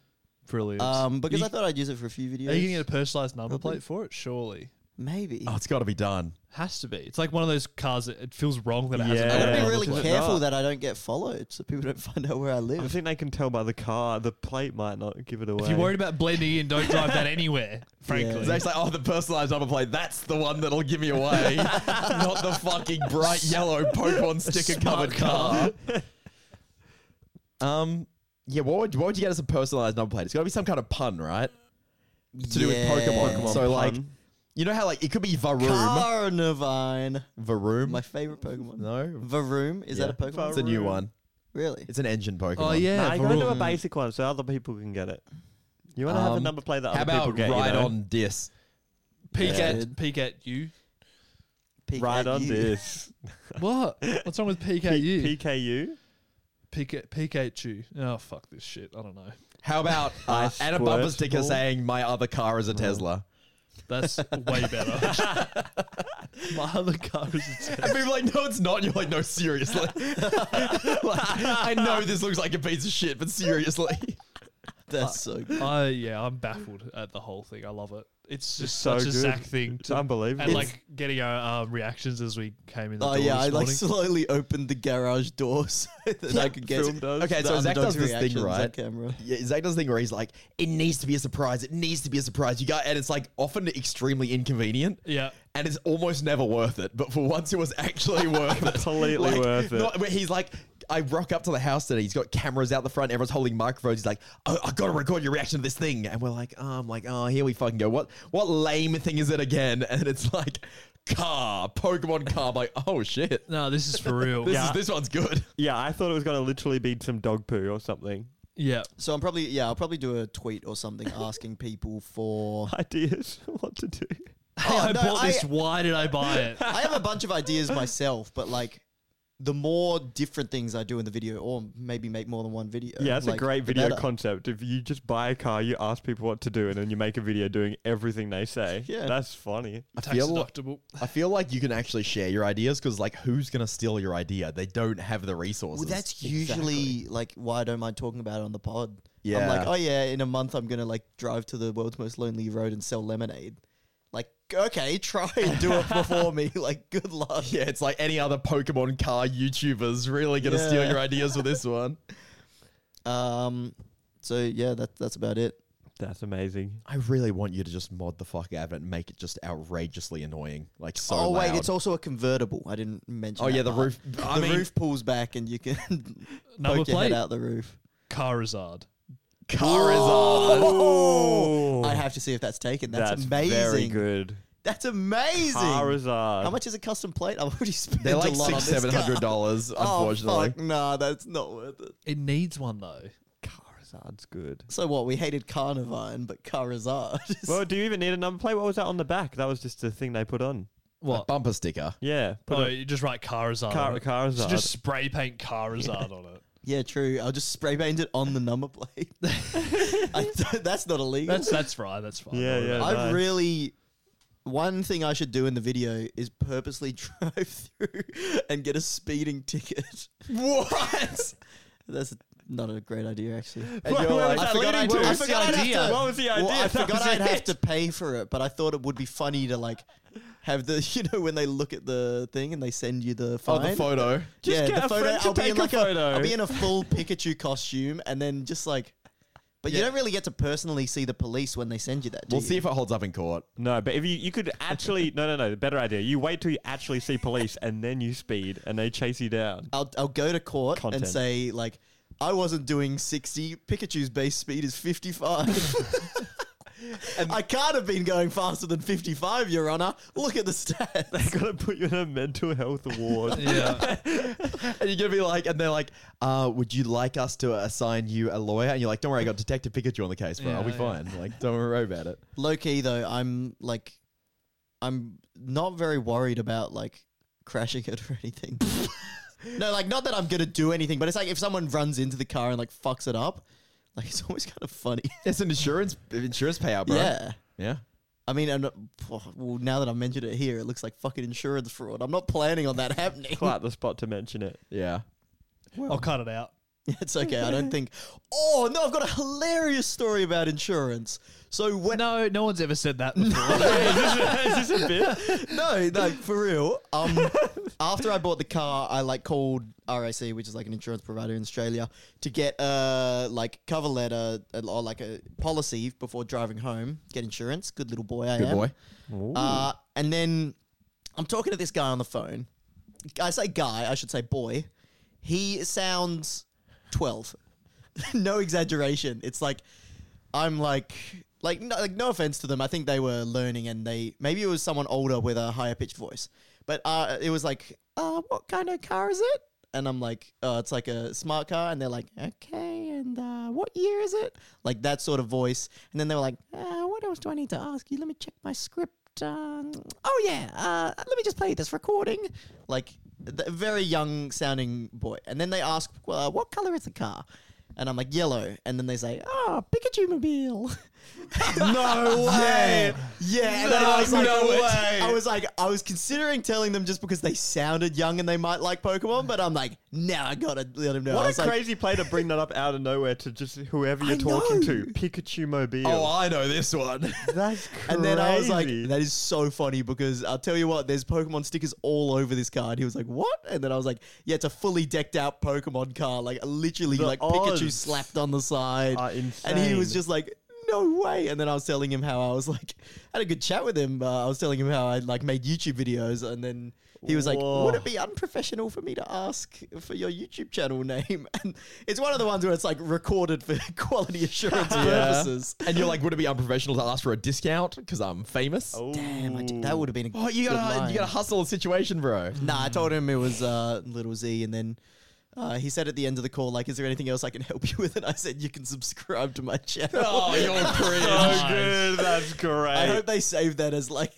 Speaker 5: brilliant!
Speaker 3: Um, because
Speaker 5: You-
Speaker 3: I thought I'd use it for a few videos.
Speaker 5: are you gonna get a personalized number plate for it? Surely
Speaker 3: Maybe.
Speaker 2: oh, it's got to be done.
Speaker 5: has to be. It's like one of those cars that it feels wrong that it has.
Speaker 4: Yeah.
Speaker 3: I
Speaker 5: a
Speaker 3: gotta
Speaker 5: number.
Speaker 3: be
Speaker 4: Yeah,
Speaker 3: really
Speaker 4: look at
Speaker 3: careful
Speaker 4: that.
Speaker 3: that I don't get followed, so people don't find out where I
Speaker 4: I
Speaker 3: live.
Speaker 4: think they can tell by the car. The plate might not give it away.
Speaker 5: If you're worried about blending in, don't drive that anywhere. Frankly,
Speaker 2: Zach's like, oh, the personalized number plate. That's the one that'll give me away, not the fucking bright yellow Pokemon sticker covered car. um, yeah. What would, what would you get as a personalized number plate? It's got to be some kind of pun, right? To do with Pokemon.
Speaker 3: Yeah.
Speaker 2: so like, you know how like it could be Varoom.
Speaker 3: Carnivine.
Speaker 2: Varoom.
Speaker 3: My favorite Pokemon.
Speaker 2: no.
Speaker 3: Varoom? Is
Speaker 2: Yeah.
Speaker 3: that a Pokemon?
Speaker 2: It's a new one.
Speaker 3: Really?
Speaker 2: It's an engine Pokemon.
Speaker 5: oh yeah,
Speaker 4: Nah, you gotta do a
Speaker 5: Varun.
Speaker 4: basic one so other people can get it. You want to have a
Speaker 2: Um,
Speaker 4: number plate that
Speaker 2: How
Speaker 4: other people
Speaker 2: about
Speaker 4: get. you
Speaker 2: right
Speaker 4: know?
Speaker 2: on dis?
Speaker 5: peek
Speaker 3: Yeah.
Speaker 5: at peek at you.
Speaker 3: Peek
Speaker 4: right
Speaker 3: at
Speaker 4: on
Speaker 3: you.
Speaker 4: this.
Speaker 5: What? What's wrong with peek at you?
Speaker 4: PKU.
Speaker 5: Peek at peek at you. Oh fuck this shit. I don't know.
Speaker 2: How about uh,
Speaker 4: Nice
Speaker 2: and a bumper
Speaker 4: squirt
Speaker 2: sticker
Speaker 4: ball.
Speaker 2: saying "My other car is a Tesla."
Speaker 5: That's way better. My other car is a Tesla.
Speaker 2: And people are like, "No, it's not." And you're like, "No, seriously." Like, I know this looks like a piece of shit, but seriously,
Speaker 3: That's so good.
Speaker 5: I yeah, I'm baffled at the whole thing. I love it. It's just
Speaker 4: so
Speaker 5: such a
Speaker 4: good.
Speaker 5: Zach thing.
Speaker 4: It's
Speaker 5: to-
Speaker 4: unbelievable.
Speaker 5: And
Speaker 4: It's-
Speaker 5: like getting our um, reactions as we came in. The
Speaker 3: Oh
Speaker 5: door
Speaker 3: yeah,
Speaker 5: this
Speaker 3: I like
Speaker 5: morning.
Speaker 3: slowly opened the garage door so that I could guess.
Speaker 4: film does.
Speaker 2: Okay,
Speaker 3: the
Speaker 2: so Zach does
Speaker 3: underdog's
Speaker 2: this thing,
Speaker 3: reactions on
Speaker 2: right?
Speaker 3: Camera.
Speaker 2: yeah, Zach does the thing where he's like, "It needs to be a surprise. It needs to be a surprise." You got, and it's like often extremely inconvenient.
Speaker 5: Yeah.
Speaker 2: and it's almost never worth it. But for once, it was actually worth it.
Speaker 4: Completely
Speaker 2: Like,
Speaker 4: worth it.
Speaker 2: not- but he's like. I rock up to the house today. He's got cameras out the front. Everyone's holding microphones. He's like, oh, "I got to record your reaction to this thing," and we're like, oh, "I'm like, oh, here we fucking go. What what lame thing is it again?" And it's like, car, Pokemon car. I'm like, oh shit.
Speaker 5: No, this is for real.
Speaker 2: This,
Speaker 5: yeah.
Speaker 2: is, this one's good.
Speaker 4: Yeah, I thought it was gonna literally be some dog poo or something.
Speaker 5: yeah.
Speaker 3: So I'm probably yeah, I'll probably do a tweet or something asking people for.
Speaker 4: Ideas what to do.
Speaker 3: Hey,
Speaker 5: I
Speaker 3: Oh, no,
Speaker 5: bought
Speaker 3: I-
Speaker 5: this. Why did I buy it?
Speaker 3: I have a bunch of ideas myself, but like the more different things I do in the video, or maybe make more than one video.
Speaker 4: Yeah, that's
Speaker 3: like,
Speaker 4: a great
Speaker 3: the
Speaker 4: video
Speaker 3: better.
Speaker 4: concept. If you just buy a car, you ask people what to do, and then you make a video doing everything they say.
Speaker 3: Yeah.
Speaker 4: that's funny.
Speaker 5: Tax
Speaker 2: feel-
Speaker 5: deductible.
Speaker 2: I feel like you can actually share your ideas because, like, who's gonna steal your idea? They don't have the resources.
Speaker 3: Well, that's usually like why I don't mind talking about it on the pod. I'm
Speaker 2: Yeah.
Speaker 3: like, oh yeah, in a month I'm gonna like drive to the world's most lonely road and sell lemonade. Like, okay, try and do it before me. Like, good luck.
Speaker 2: yeah. It's like any other Pokemon car YouTubers really gonna steal
Speaker 3: Yeah.
Speaker 2: your ideas with this one.
Speaker 3: Um. So yeah, that that's about it.
Speaker 4: That's amazing.
Speaker 2: I really want you to just mod the fuck out of it and make it just outrageously annoying, like so.
Speaker 3: oh wait,
Speaker 2: loud.
Speaker 3: it's also a convertible. I didn't mention.
Speaker 2: Oh,
Speaker 3: that
Speaker 2: yeah, the
Speaker 3: part.
Speaker 2: roof-
Speaker 3: The
Speaker 2: I mean-
Speaker 3: roof pulls back and you can
Speaker 5: Number
Speaker 3: poke your head
Speaker 5: plate.
Speaker 3: out the roof.
Speaker 5: Carizard.
Speaker 2: car is on.
Speaker 3: Oh, I have to see if that's taken. That's, amazing.
Speaker 4: Very good.
Speaker 3: That's amazing.
Speaker 4: Harazard.
Speaker 3: How much is a custom plate? I've already spent
Speaker 2: They're
Speaker 3: a
Speaker 2: like
Speaker 3: lot
Speaker 2: six,
Speaker 3: on this
Speaker 2: seven hundred
Speaker 3: car.
Speaker 2: dollars,
Speaker 3: Oh,
Speaker 2: unfortunately.
Speaker 3: fuck, nah, that's not worth it.
Speaker 5: It needs one though.
Speaker 4: Charizard's good.
Speaker 3: So what? We hated Carnivine, but Charizard. is-
Speaker 4: Well, do you even need a number plate? What was that on the back? That was just the thing they put on.
Speaker 2: A
Speaker 5: What?
Speaker 2: bumper sticker?
Speaker 4: Yeah, put
Speaker 5: Oh,
Speaker 4: a-
Speaker 5: you just write Carizard.
Speaker 4: Car-
Speaker 5: on it.
Speaker 4: Charizard.
Speaker 5: Just spray paint Carizard on it.
Speaker 3: yeah, true. I'll just spray paint it on the number plate. I, that's not illegal.
Speaker 5: That's that's right. That's fine. Don't
Speaker 4: Yeah,
Speaker 5: worry
Speaker 4: yeah.
Speaker 5: about
Speaker 3: I
Speaker 4: nice.
Speaker 3: really. One thing I should do in the video is purposely drive through and get a speeding ticket. What? That's not a great idea, actually.
Speaker 2: And you're
Speaker 4: where
Speaker 2: like,
Speaker 4: was
Speaker 3: I
Speaker 4: that
Speaker 3: forgot, I'd,
Speaker 4: leading to?
Speaker 3: I
Speaker 4: What was
Speaker 3: forgot
Speaker 4: the
Speaker 3: I'd have
Speaker 4: idea?
Speaker 3: to.
Speaker 4: What was the
Speaker 3: Well,
Speaker 4: idea?
Speaker 3: I
Speaker 4: That
Speaker 3: forgot
Speaker 4: was
Speaker 3: I'd have
Speaker 4: it.
Speaker 3: to pay for it, but I thought it would be funny to like have the you know when they look at the thing and they send you the
Speaker 2: Oh,
Speaker 3: fine.
Speaker 2: the photo.
Speaker 4: Just
Speaker 3: yeah,
Speaker 4: get
Speaker 3: the
Speaker 4: a
Speaker 3: photo.
Speaker 4: friend to
Speaker 3: I'll be
Speaker 4: take
Speaker 3: in
Speaker 4: a
Speaker 3: like
Speaker 4: photo.
Speaker 3: I'll be in a full Pikachu costume, and then just like, but you don't really get to personally see the police when they send you that. Do
Speaker 2: We'll
Speaker 3: you?
Speaker 2: see if it holds up in court.
Speaker 4: No, but if you, you could actually no no no the better idea you wait till you actually see police and then you speed and they chase you down.
Speaker 3: I'll I'll go to court
Speaker 4: Content.
Speaker 3: and say like, I wasn't doing sixty. Pikachu's base speed is fifty five. I can't have been going faster than 55, Your Honor. Look at the stats.
Speaker 4: Gotta put you in a mental health ward.
Speaker 5: Yeah.
Speaker 2: And you're gonna be like, and they're like, uh, would you like us to assign you a lawyer? And you're like, don't worry, I got Detective Pikachu on the case, bro.
Speaker 5: Yeah,
Speaker 2: I'll be
Speaker 5: yeah.
Speaker 2: fine. Like, don't worry about it.
Speaker 3: Low key though, I'm like, I'm not very worried about like crashing it or anything. no, like not that I'm gonna do anything, but it's like if someone runs into the car and like fucks it up, like it's always kind of funny.
Speaker 2: It's an insurance insurance payout, bro.
Speaker 3: yeah.
Speaker 2: Yeah.
Speaker 3: I mean, I'm not, well, now that I've mentioned it here, it looks like fucking insurance fraud. I'm not planning on that happening.
Speaker 4: Quite the spot to mention it.
Speaker 2: Yeah.
Speaker 5: I'll cut it out.
Speaker 3: It's okay. I don't think. Oh no, I've got a hilarious story about insurance. So when
Speaker 5: No, no one's ever said that before.
Speaker 4: Is this a bit?
Speaker 3: no, no, for real. Um, after I bought the car, I like called RAC, which is like an insurance provider in Australia, to get a like cover letter or like a policy before driving home. Get insurance. Good little boy I
Speaker 2: Good
Speaker 3: am.
Speaker 2: boy.
Speaker 3: Uh, and then I'm talking to this guy on the phone. I say guy, I should say boy. He sounds 12. no exaggeration. It's like I'm like like no, like no offense to them. I think they were learning and they maybe it was someone older with a higher pitched voice. But uh, it was like, "Uh, what kind of car is it?" And I'm like, "Oh, it's like a smart car." And they're like, "Okay, and uh, what year is it?" Like that sort of voice. And then they were like, uh, "What else do I need to ask you? Let me check my script." Um, oh yeah, uh, let me just play this recording. Like th- very young sounding boy. And then they ask, "Well, uh, what color is the car?" And I'm like, yellow. And then they say, oh, Pikachu Mobile. no way. Yeah. And then I was like,
Speaker 2: No way.
Speaker 3: I was like, I was considering telling them just because they sounded young and they might like Pokemon, but I'm like, now I gotta let them know. I
Speaker 4: What
Speaker 3: was
Speaker 4: a
Speaker 3: like,
Speaker 4: crazy play to bring that up out of nowhere to just whoever you're
Speaker 3: I
Speaker 4: talking
Speaker 3: know.
Speaker 4: to. Pikachu Mobile.
Speaker 2: Oh, I know this one.
Speaker 4: That's crazy.
Speaker 3: And then I was like, that is so funny because I'll tell you what, there's Pokemon stickers all over this car. And he was like, what? And then I was like, yeah, it's a fully decked out Pokemon car. Like literally
Speaker 4: The
Speaker 3: like Pikachu
Speaker 4: odds
Speaker 3: slapped on the side.
Speaker 4: are
Speaker 3: And he was
Speaker 4: insane.
Speaker 3: just like, no way. And then I was telling him how I was like, had a good chat with him. Uh, I was telling him how I like made YouTube videos. And then he was like,
Speaker 4: Whoa.
Speaker 3: would it be unprofessional for me to ask for your YouTube channel name? And it's one of the ones where it's like recorded for quality assurance purposes.
Speaker 2: And you're like, would it be unprofessional to ask for a discount because I'm famous? Oh,
Speaker 3: Damn, I did- that would have been a
Speaker 2: you
Speaker 3: good
Speaker 2: gotta
Speaker 3: line.
Speaker 2: you gotta hustle the situation, bro.
Speaker 3: Nah, I told him it was uh, little Z, and then uh, he said at the end of the call, like, "Is there anything else I can help you with?" And I said, "You can subscribe to my channel."
Speaker 2: Oh, you're cringe.
Speaker 4: so good. That's great.
Speaker 3: I hope they saved that as like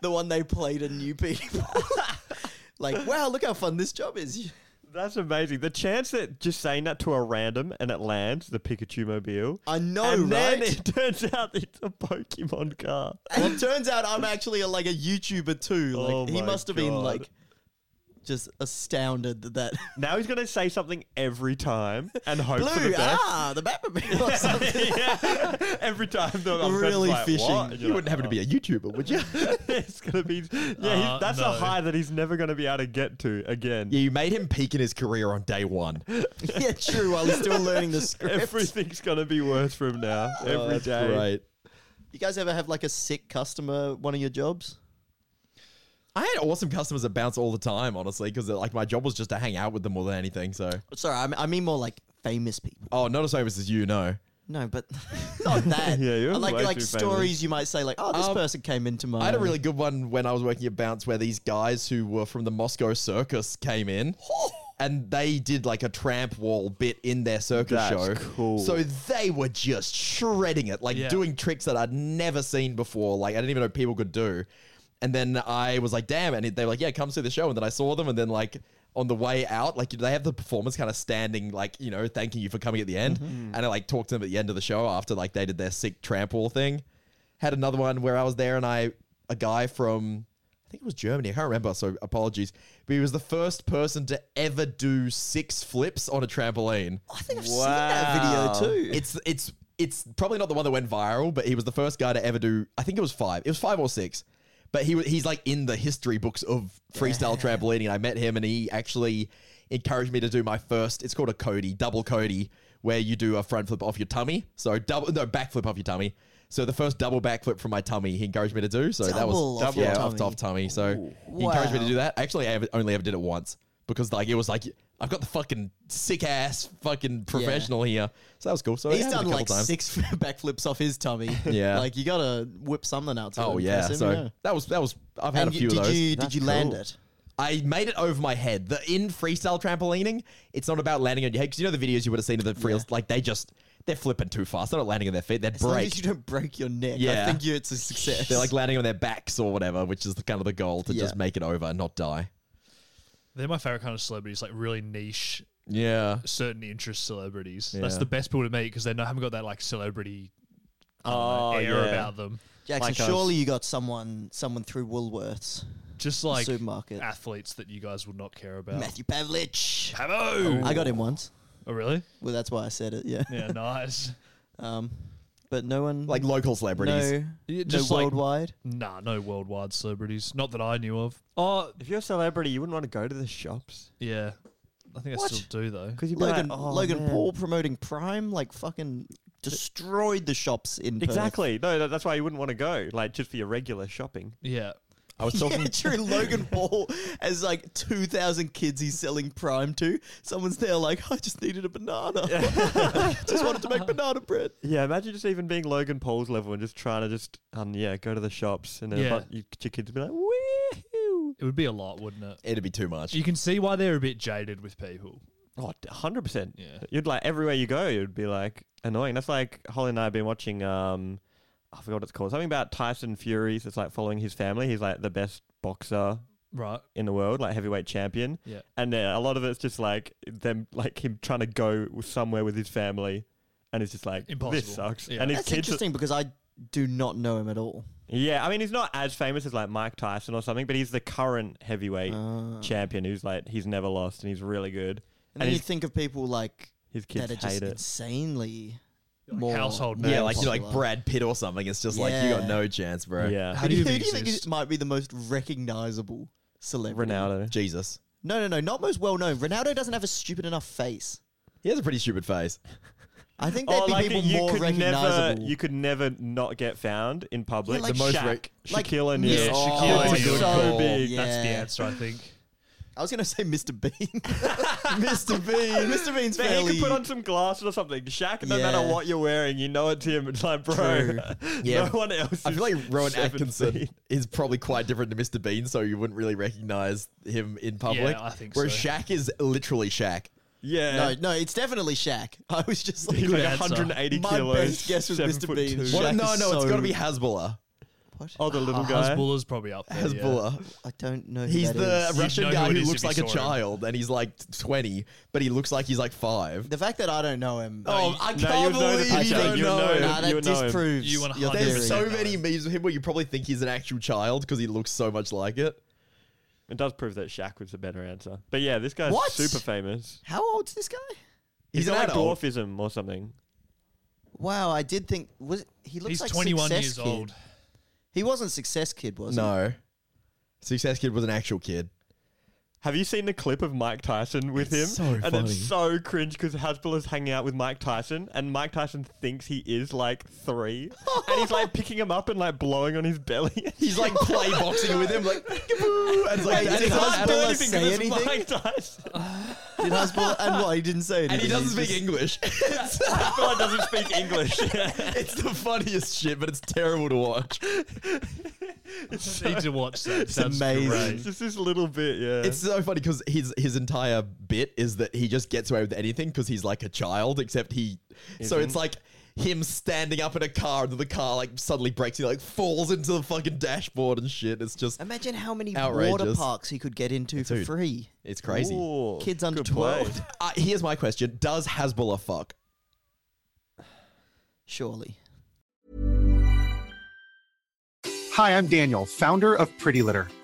Speaker 3: the one they played to new people. like, wow, look how fun this job is.
Speaker 4: That's amazing. The chance that just saying that to a random and it lands the Pikachu Mobile.
Speaker 3: I know,
Speaker 4: and then
Speaker 3: right?
Speaker 4: it turns out it's a Pokemon car.
Speaker 3: well, it turns out I'm actually a, like a YouTuber too. Like,
Speaker 4: Oh
Speaker 3: he
Speaker 4: my
Speaker 3: must have been
Speaker 4: God.
Speaker 3: like just astounded that. that
Speaker 4: Now he's gonna say something every time and hope for the
Speaker 3: Blue,
Speaker 4: best.
Speaker 3: ah, the Batmobile or something.
Speaker 4: yeah. Every time though, I'm
Speaker 3: Really
Speaker 4: like,
Speaker 3: fishing.
Speaker 4: What? And
Speaker 2: You
Speaker 4: you're
Speaker 2: wouldn't
Speaker 4: like,
Speaker 2: happen to be a YouTuber, would you?
Speaker 4: "Oh." it's gonna be. Yeah,
Speaker 5: Uh,
Speaker 4: he's that's
Speaker 5: no.
Speaker 4: a high that he's never gonna be able to get to again.
Speaker 2: Yeah, you made him peak in his career on day one.
Speaker 3: yeah, true. While he's still learning the script.
Speaker 4: Everything's gonna be worse for him now.
Speaker 3: Oh,
Speaker 4: every day.
Speaker 2: Right.
Speaker 3: You guys ever have like a sick customer one of your jobs?
Speaker 2: I had awesome customers that bounce all the time, honestly, because like my job was just to hang out with them more than anything. So,
Speaker 3: Sorry, I mean, I mean more like famous people.
Speaker 2: oh, not as famous as you, no.
Speaker 3: No, but not that.
Speaker 4: Yeah, you're
Speaker 3: I like
Speaker 4: way
Speaker 3: like
Speaker 4: too famous.
Speaker 3: stories you might say like, oh, this
Speaker 2: Um,
Speaker 3: person came into my.
Speaker 2: I had a really good one when I was working at Bounce where these guys who were from the Moscow Circus came in. And they did like a tramp wall bit in their circus
Speaker 4: That's
Speaker 2: show.
Speaker 4: cool.
Speaker 2: So they were just shredding it, like
Speaker 5: Yeah.
Speaker 2: doing tricks that I'd never seen before. Like I didn't even know people could do. And then I was like, damn. And they were like, yeah, come see the show. And then I saw them. And then, like, on the way out, like, they have the performers kind of standing, like, you know, thanking you for coming at the end.
Speaker 4: Mm-hmm.
Speaker 2: And I, like, talked to them at the end of the show after, like, they did their sick tramp wall thing had another one where I was there and I a guy from I think it was Germany, I can't remember, so apologies. But he was the first person to ever do six flips on a trampoline.
Speaker 3: I think I've seen that video too.
Speaker 2: It's it's it's probably not the one that went viral, but he was the first guy to ever do I think it was five. It was five or six. But he wa- he's like in the history books of freestyle trampolining. And I met him, and he actually encouraged me to do my first. It's called a Cody double Cody, where you do a front flip off your tummy. So double no backflip off your tummy. So the first double backflip from my tummy, he encouraged me to do. So that
Speaker 3: Double
Speaker 2: was
Speaker 3: off
Speaker 2: yeah,
Speaker 3: your
Speaker 2: off,
Speaker 3: tummy.
Speaker 2: off tummy. So he encouraged me to
Speaker 3: Wow.
Speaker 2: do that. Actually, I ever- only ever did it once because like it was like I've got the fucking sick ass fucking professional here. So that was cool. So
Speaker 3: He's
Speaker 2: yeah, I did
Speaker 3: done
Speaker 2: a couple
Speaker 3: like
Speaker 2: times.
Speaker 3: six backflips off his tummy.
Speaker 2: Yeah.
Speaker 3: like you gotta whip something out to
Speaker 2: Oh yeah,
Speaker 3: impress him.
Speaker 2: so
Speaker 3: yeah.
Speaker 2: that was that was. I've had
Speaker 3: And
Speaker 2: a
Speaker 3: you-
Speaker 2: few
Speaker 3: did
Speaker 2: of those.
Speaker 3: you- did That's you land cool. it?
Speaker 2: I made it over my head. The in freestyle trampolining, it's not about landing on your head because you know the videos you would have seen of the freels, like they just they're flipping too fast. They're not landing on their feet. They
Speaker 3: As long
Speaker 2: break.
Speaker 3: as you don't break your neck, I
Speaker 2: Yeah.
Speaker 3: think you, it's a success.
Speaker 2: They're like landing on their backs or whatever, which is the, kind of the goal to
Speaker 3: Yeah.
Speaker 2: just make it over and not die.
Speaker 5: They're my favorite kind of celebrities, like really niche,
Speaker 2: Yeah.
Speaker 5: certain interest celebrities. That's
Speaker 2: Yeah.
Speaker 5: the best people to meet because they know, haven't got that like celebrity I don't know,
Speaker 3: Oh,
Speaker 5: air
Speaker 3: yeah.
Speaker 5: about them.
Speaker 3: Jackson,
Speaker 4: like us.
Speaker 3: surely you got someone someone through Woolworths,
Speaker 5: Just like
Speaker 3: supermarket.
Speaker 5: athletes that you guys would not care about.
Speaker 3: Matthew Pavlich.
Speaker 5: Pavo!
Speaker 3: I got him once.
Speaker 5: Oh, really?
Speaker 3: Well, that's why I said it. Yeah.
Speaker 5: Yeah, nice.
Speaker 3: Um, but no one
Speaker 2: Like local celebrities.
Speaker 3: No,
Speaker 5: Yeah,
Speaker 3: no
Speaker 5: just like-
Speaker 3: worldwide.
Speaker 5: Nah, no worldwide celebrities. Not that I knew of. Oh,
Speaker 4: If you're a celebrity, you wouldn't want to go to the shops
Speaker 5: yeah. I think I still do, though.
Speaker 4: because you'd be
Speaker 3: Logan
Speaker 4: like, oh,
Speaker 3: Logan
Speaker 4: man.
Speaker 3: Paul promoting Prime like fucking destroyed the shops in Perth.
Speaker 4: Exactly. No, that- that's why you wouldn't want to go. Like just for your regular shopping.
Speaker 5: Yeah.
Speaker 2: I was
Speaker 3: Yeah,
Speaker 2: talking.
Speaker 3: during Logan Paul, as like 2,000 kids he's selling Prime to, someone's there like, I just needed a banana. just wanted to make banana bread.
Speaker 4: Yeah, imagine just even being Logan Paul's level and just trying to just um yeah go to the shops and then
Speaker 5: Yeah.
Speaker 4: yeah. you, your kids be like, woohoo!
Speaker 5: It would be a lot, wouldn't it?
Speaker 2: It'd be too much.
Speaker 5: You can see why they're a bit jaded with people.
Speaker 4: Oh, 100 percent.
Speaker 5: Yeah.
Speaker 4: You'd like everywhere you go, you'd be like annoying. That's like Holly and I have been watching. Um, I forgot what it's called. Something about Tyson Fury's. It's like following his family. He's like the best boxer
Speaker 5: Right.
Speaker 4: in the world, like heavyweight champion.
Speaker 5: Yeah.
Speaker 4: And uh, a lot of it's just like them, like him trying to go somewhere with his family, and it's just like
Speaker 5: Impossible.
Speaker 4: this sucks.
Speaker 5: Yeah.
Speaker 4: And his
Speaker 3: That's
Speaker 4: kids, are-
Speaker 3: interesting because I do not know him at all.
Speaker 4: yeah. I mean, he's not as famous as like Mike Tyson or something, but he's the current heavyweight
Speaker 3: Ah.
Speaker 4: champion who's like he's never lost and he's really good.
Speaker 3: And, then you
Speaker 4: his,
Speaker 3: think of people like
Speaker 4: his
Speaker 3: that
Speaker 4: kids
Speaker 3: are
Speaker 4: hate
Speaker 3: just
Speaker 4: it.
Speaker 3: insanely
Speaker 5: Like
Speaker 3: more
Speaker 5: household
Speaker 3: more
Speaker 2: yeah,
Speaker 5: names.
Speaker 2: like you're like
Speaker 3: popular.
Speaker 2: Brad Pitt or something. It's just like you
Speaker 3: Yeah.
Speaker 2: got no chance, bro.
Speaker 4: Yeah,
Speaker 5: How
Speaker 3: Who
Speaker 5: do
Speaker 3: do
Speaker 5: you
Speaker 3: you think
Speaker 5: exist?
Speaker 3: is- might be the most recognizable celebrity?
Speaker 4: Ronaldo.
Speaker 2: Jesus.
Speaker 3: No, no, no, not most well known. Ronaldo doesn't have a stupid enough face.
Speaker 2: He has a pretty stupid face.
Speaker 3: I think there'd
Speaker 4: Oh,
Speaker 3: be
Speaker 4: like
Speaker 3: people
Speaker 4: you
Speaker 3: more
Speaker 4: could never,
Speaker 3: recognizable.
Speaker 4: you could never not get found in public.
Speaker 3: Yeah, like
Speaker 4: the most
Speaker 3: Shaq.
Speaker 4: rec-
Speaker 3: Like-
Speaker 4: Shaquille O'Neal.
Speaker 5: Yeah,
Speaker 3: Yeah,
Speaker 5: Shaquille
Speaker 3: oh,
Speaker 5: O'Neal.
Speaker 3: it's
Speaker 5: is
Speaker 3: so
Speaker 5: cool.
Speaker 3: big.
Speaker 5: That's the
Speaker 3: Yeah.
Speaker 5: answer, I think.
Speaker 3: I was going to say Mr. Bean. Mr. Bean. Mr. Bean's
Speaker 4: But
Speaker 3: fairly...
Speaker 4: he could put on some glasses or something. Shaq, no
Speaker 3: Yeah.
Speaker 4: matter what you're wearing, you know it's him. It's like, bro,
Speaker 3: True.
Speaker 2: Yeah.
Speaker 4: no one else.
Speaker 2: I feel
Speaker 4: is
Speaker 2: like Rowan
Speaker 4: seven
Speaker 2: Atkinson
Speaker 4: feet.
Speaker 2: is probably quite different to Mr. Bean, so you wouldn't really recognize him in public.
Speaker 5: I think
Speaker 2: Whereas
Speaker 5: so.
Speaker 2: Shaq is literally Shaq.
Speaker 4: Yeah,
Speaker 3: No, no, it's definitely Shaq. I was just like,
Speaker 4: he's like
Speaker 5: answer.
Speaker 4: 180
Speaker 3: My
Speaker 4: kilos.
Speaker 3: best guess was
Speaker 4: seven
Speaker 3: Mr.
Speaker 4: foot
Speaker 3: Bean.
Speaker 4: two.
Speaker 3: What? Shaq
Speaker 2: no,
Speaker 3: is
Speaker 2: no, it's
Speaker 3: so-
Speaker 2: got to be Hasbulla.
Speaker 4: Oh, the little guy.
Speaker 5: Hasbulla's probably up there. yeah.
Speaker 2: Hasbulla.
Speaker 3: I don't know. Who
Speaker 2: He's
Speaker 3: that
Speaker 2: the
Speaker 3: is.
Speaker 5: You'd
Speaker 2: Russian
Speaker 5: know
Speaker 2: guy
Speaker 5: who it
Speaker 2: who
Speaker 5: is if
Speaker 2: looks
Speaker 5: you
Speaker 2: like a
Speaker 5: saw him.
Speaker 2: child, and he's like 20, but he looks like he's like five.
Speaker 3: The fact that I don't know him.
Speaker 2: Oh, I
Speaker 4: no,
Speaker 2: can't
Speaker 4: you'll know the
Speaker 2: believe you
Speaker 4: picture.
Speaker 2: don't
Speaker 4: You'll
Speaker 2: know.
Speaker 4: know
Speaker 2: him.
Speaker 4: him.
Speaker 3: nah, that
Speaker 4: you would know him.
Speaker 3: disproves
Speaker 5: You
Speaker 3: your
Speaker 5: 100%
Speaker 3: theory.
Speaker 2: There's so
Speaker 5: Yeah.
Speaker 2: many memes of him where you probably think he's an actual child because he looks so much like it.
Speaker 4: It does prove that Shaq was the better answer. But yeah, this guy's
Speaker 3: What?
Speaker 4: super famous.
Speaker 3: How old's this guy?
Speaker 2: He's
Speaker 4: He's
Speaker 2: an
Speaker 4: like
Speaker 2: adult.
Speaker 4: dwarfism or something.
Speaker 3: Wow, I did think was it- he looks
Speaker 5: He's
Speaker 3: like
Speaker 5: 21
Speaker 3: Success
Speaker 5: years
Speaker 3: Kid.
Speaker 5: old.
Speaker 3: He wasn't Success Kid, was he?
Speaker 2: No. Success Kid was an actual kid.
Speaker 4: Have you seen the clip of Mike Tyson with him?
Speaker 2: so
Speaker 4: and
Speaker 2: funny.
Speaker 4: it's so cringe because Hasbulla's hanging out with Mike Tyson, and Mike Tyson thinks he is like three, and he's like picking him up and like blowing on his belly.
Speaker 2: He's like play boxing with him, like, "Peekaboo," and it's like,
Speaker 3: Wait,
Speaker 2: and
Speaker 3: did
Speaker 2: he doesn't
Speaker 3: Hasbulla
Speaker 2: do anything.
Speaker 3: say
Speaker 4: 'cause it's
Speaker 3: anything?
Speaker 4: Mike Tyson.
Speaker 3: Did Hasbulla, and what he didn't say anything.
Speaker 2: and he doesn't
Speaker 3: he's
Speaker 2: speak English. it's,
Speaker 4: Hasbulla doesn't speak English.
Speaker 2: it's the funniest shit, but it's terrible to watch.
Speaker 5: Need to watch that. It's
Speaker 3: amazing.
Speaker 4: it's just this little bit, yeah.
Speaker 2: It's so funny because his his entire bit is that he just gets away with anything because he's like a child, except he. So
Speaker 4: Mm-hmm.
Speaker 2: it's like him standing up in a car, and then the car like suddenly breaks, he like falls into the fucking dashboard and shit. It's just
Speaker 3: Imagine how many water
Speaker 2: Outrageous.
Speaker 3: parks he could get into for
Speaker 2: Dude.
Speaker 3: free.
Speaker 2: it's crazy.
Speaker 4: Ooh,
Speaker 3: Kids under
Speaker 4: good play.
Speaker 3: 12.
Speaker 2: Uh, here's my question: Does Hasbulla fuck?
Speaker 3: Surely.
Speaker 9: Hi, I'm Daniel, founder of Pretty Litter.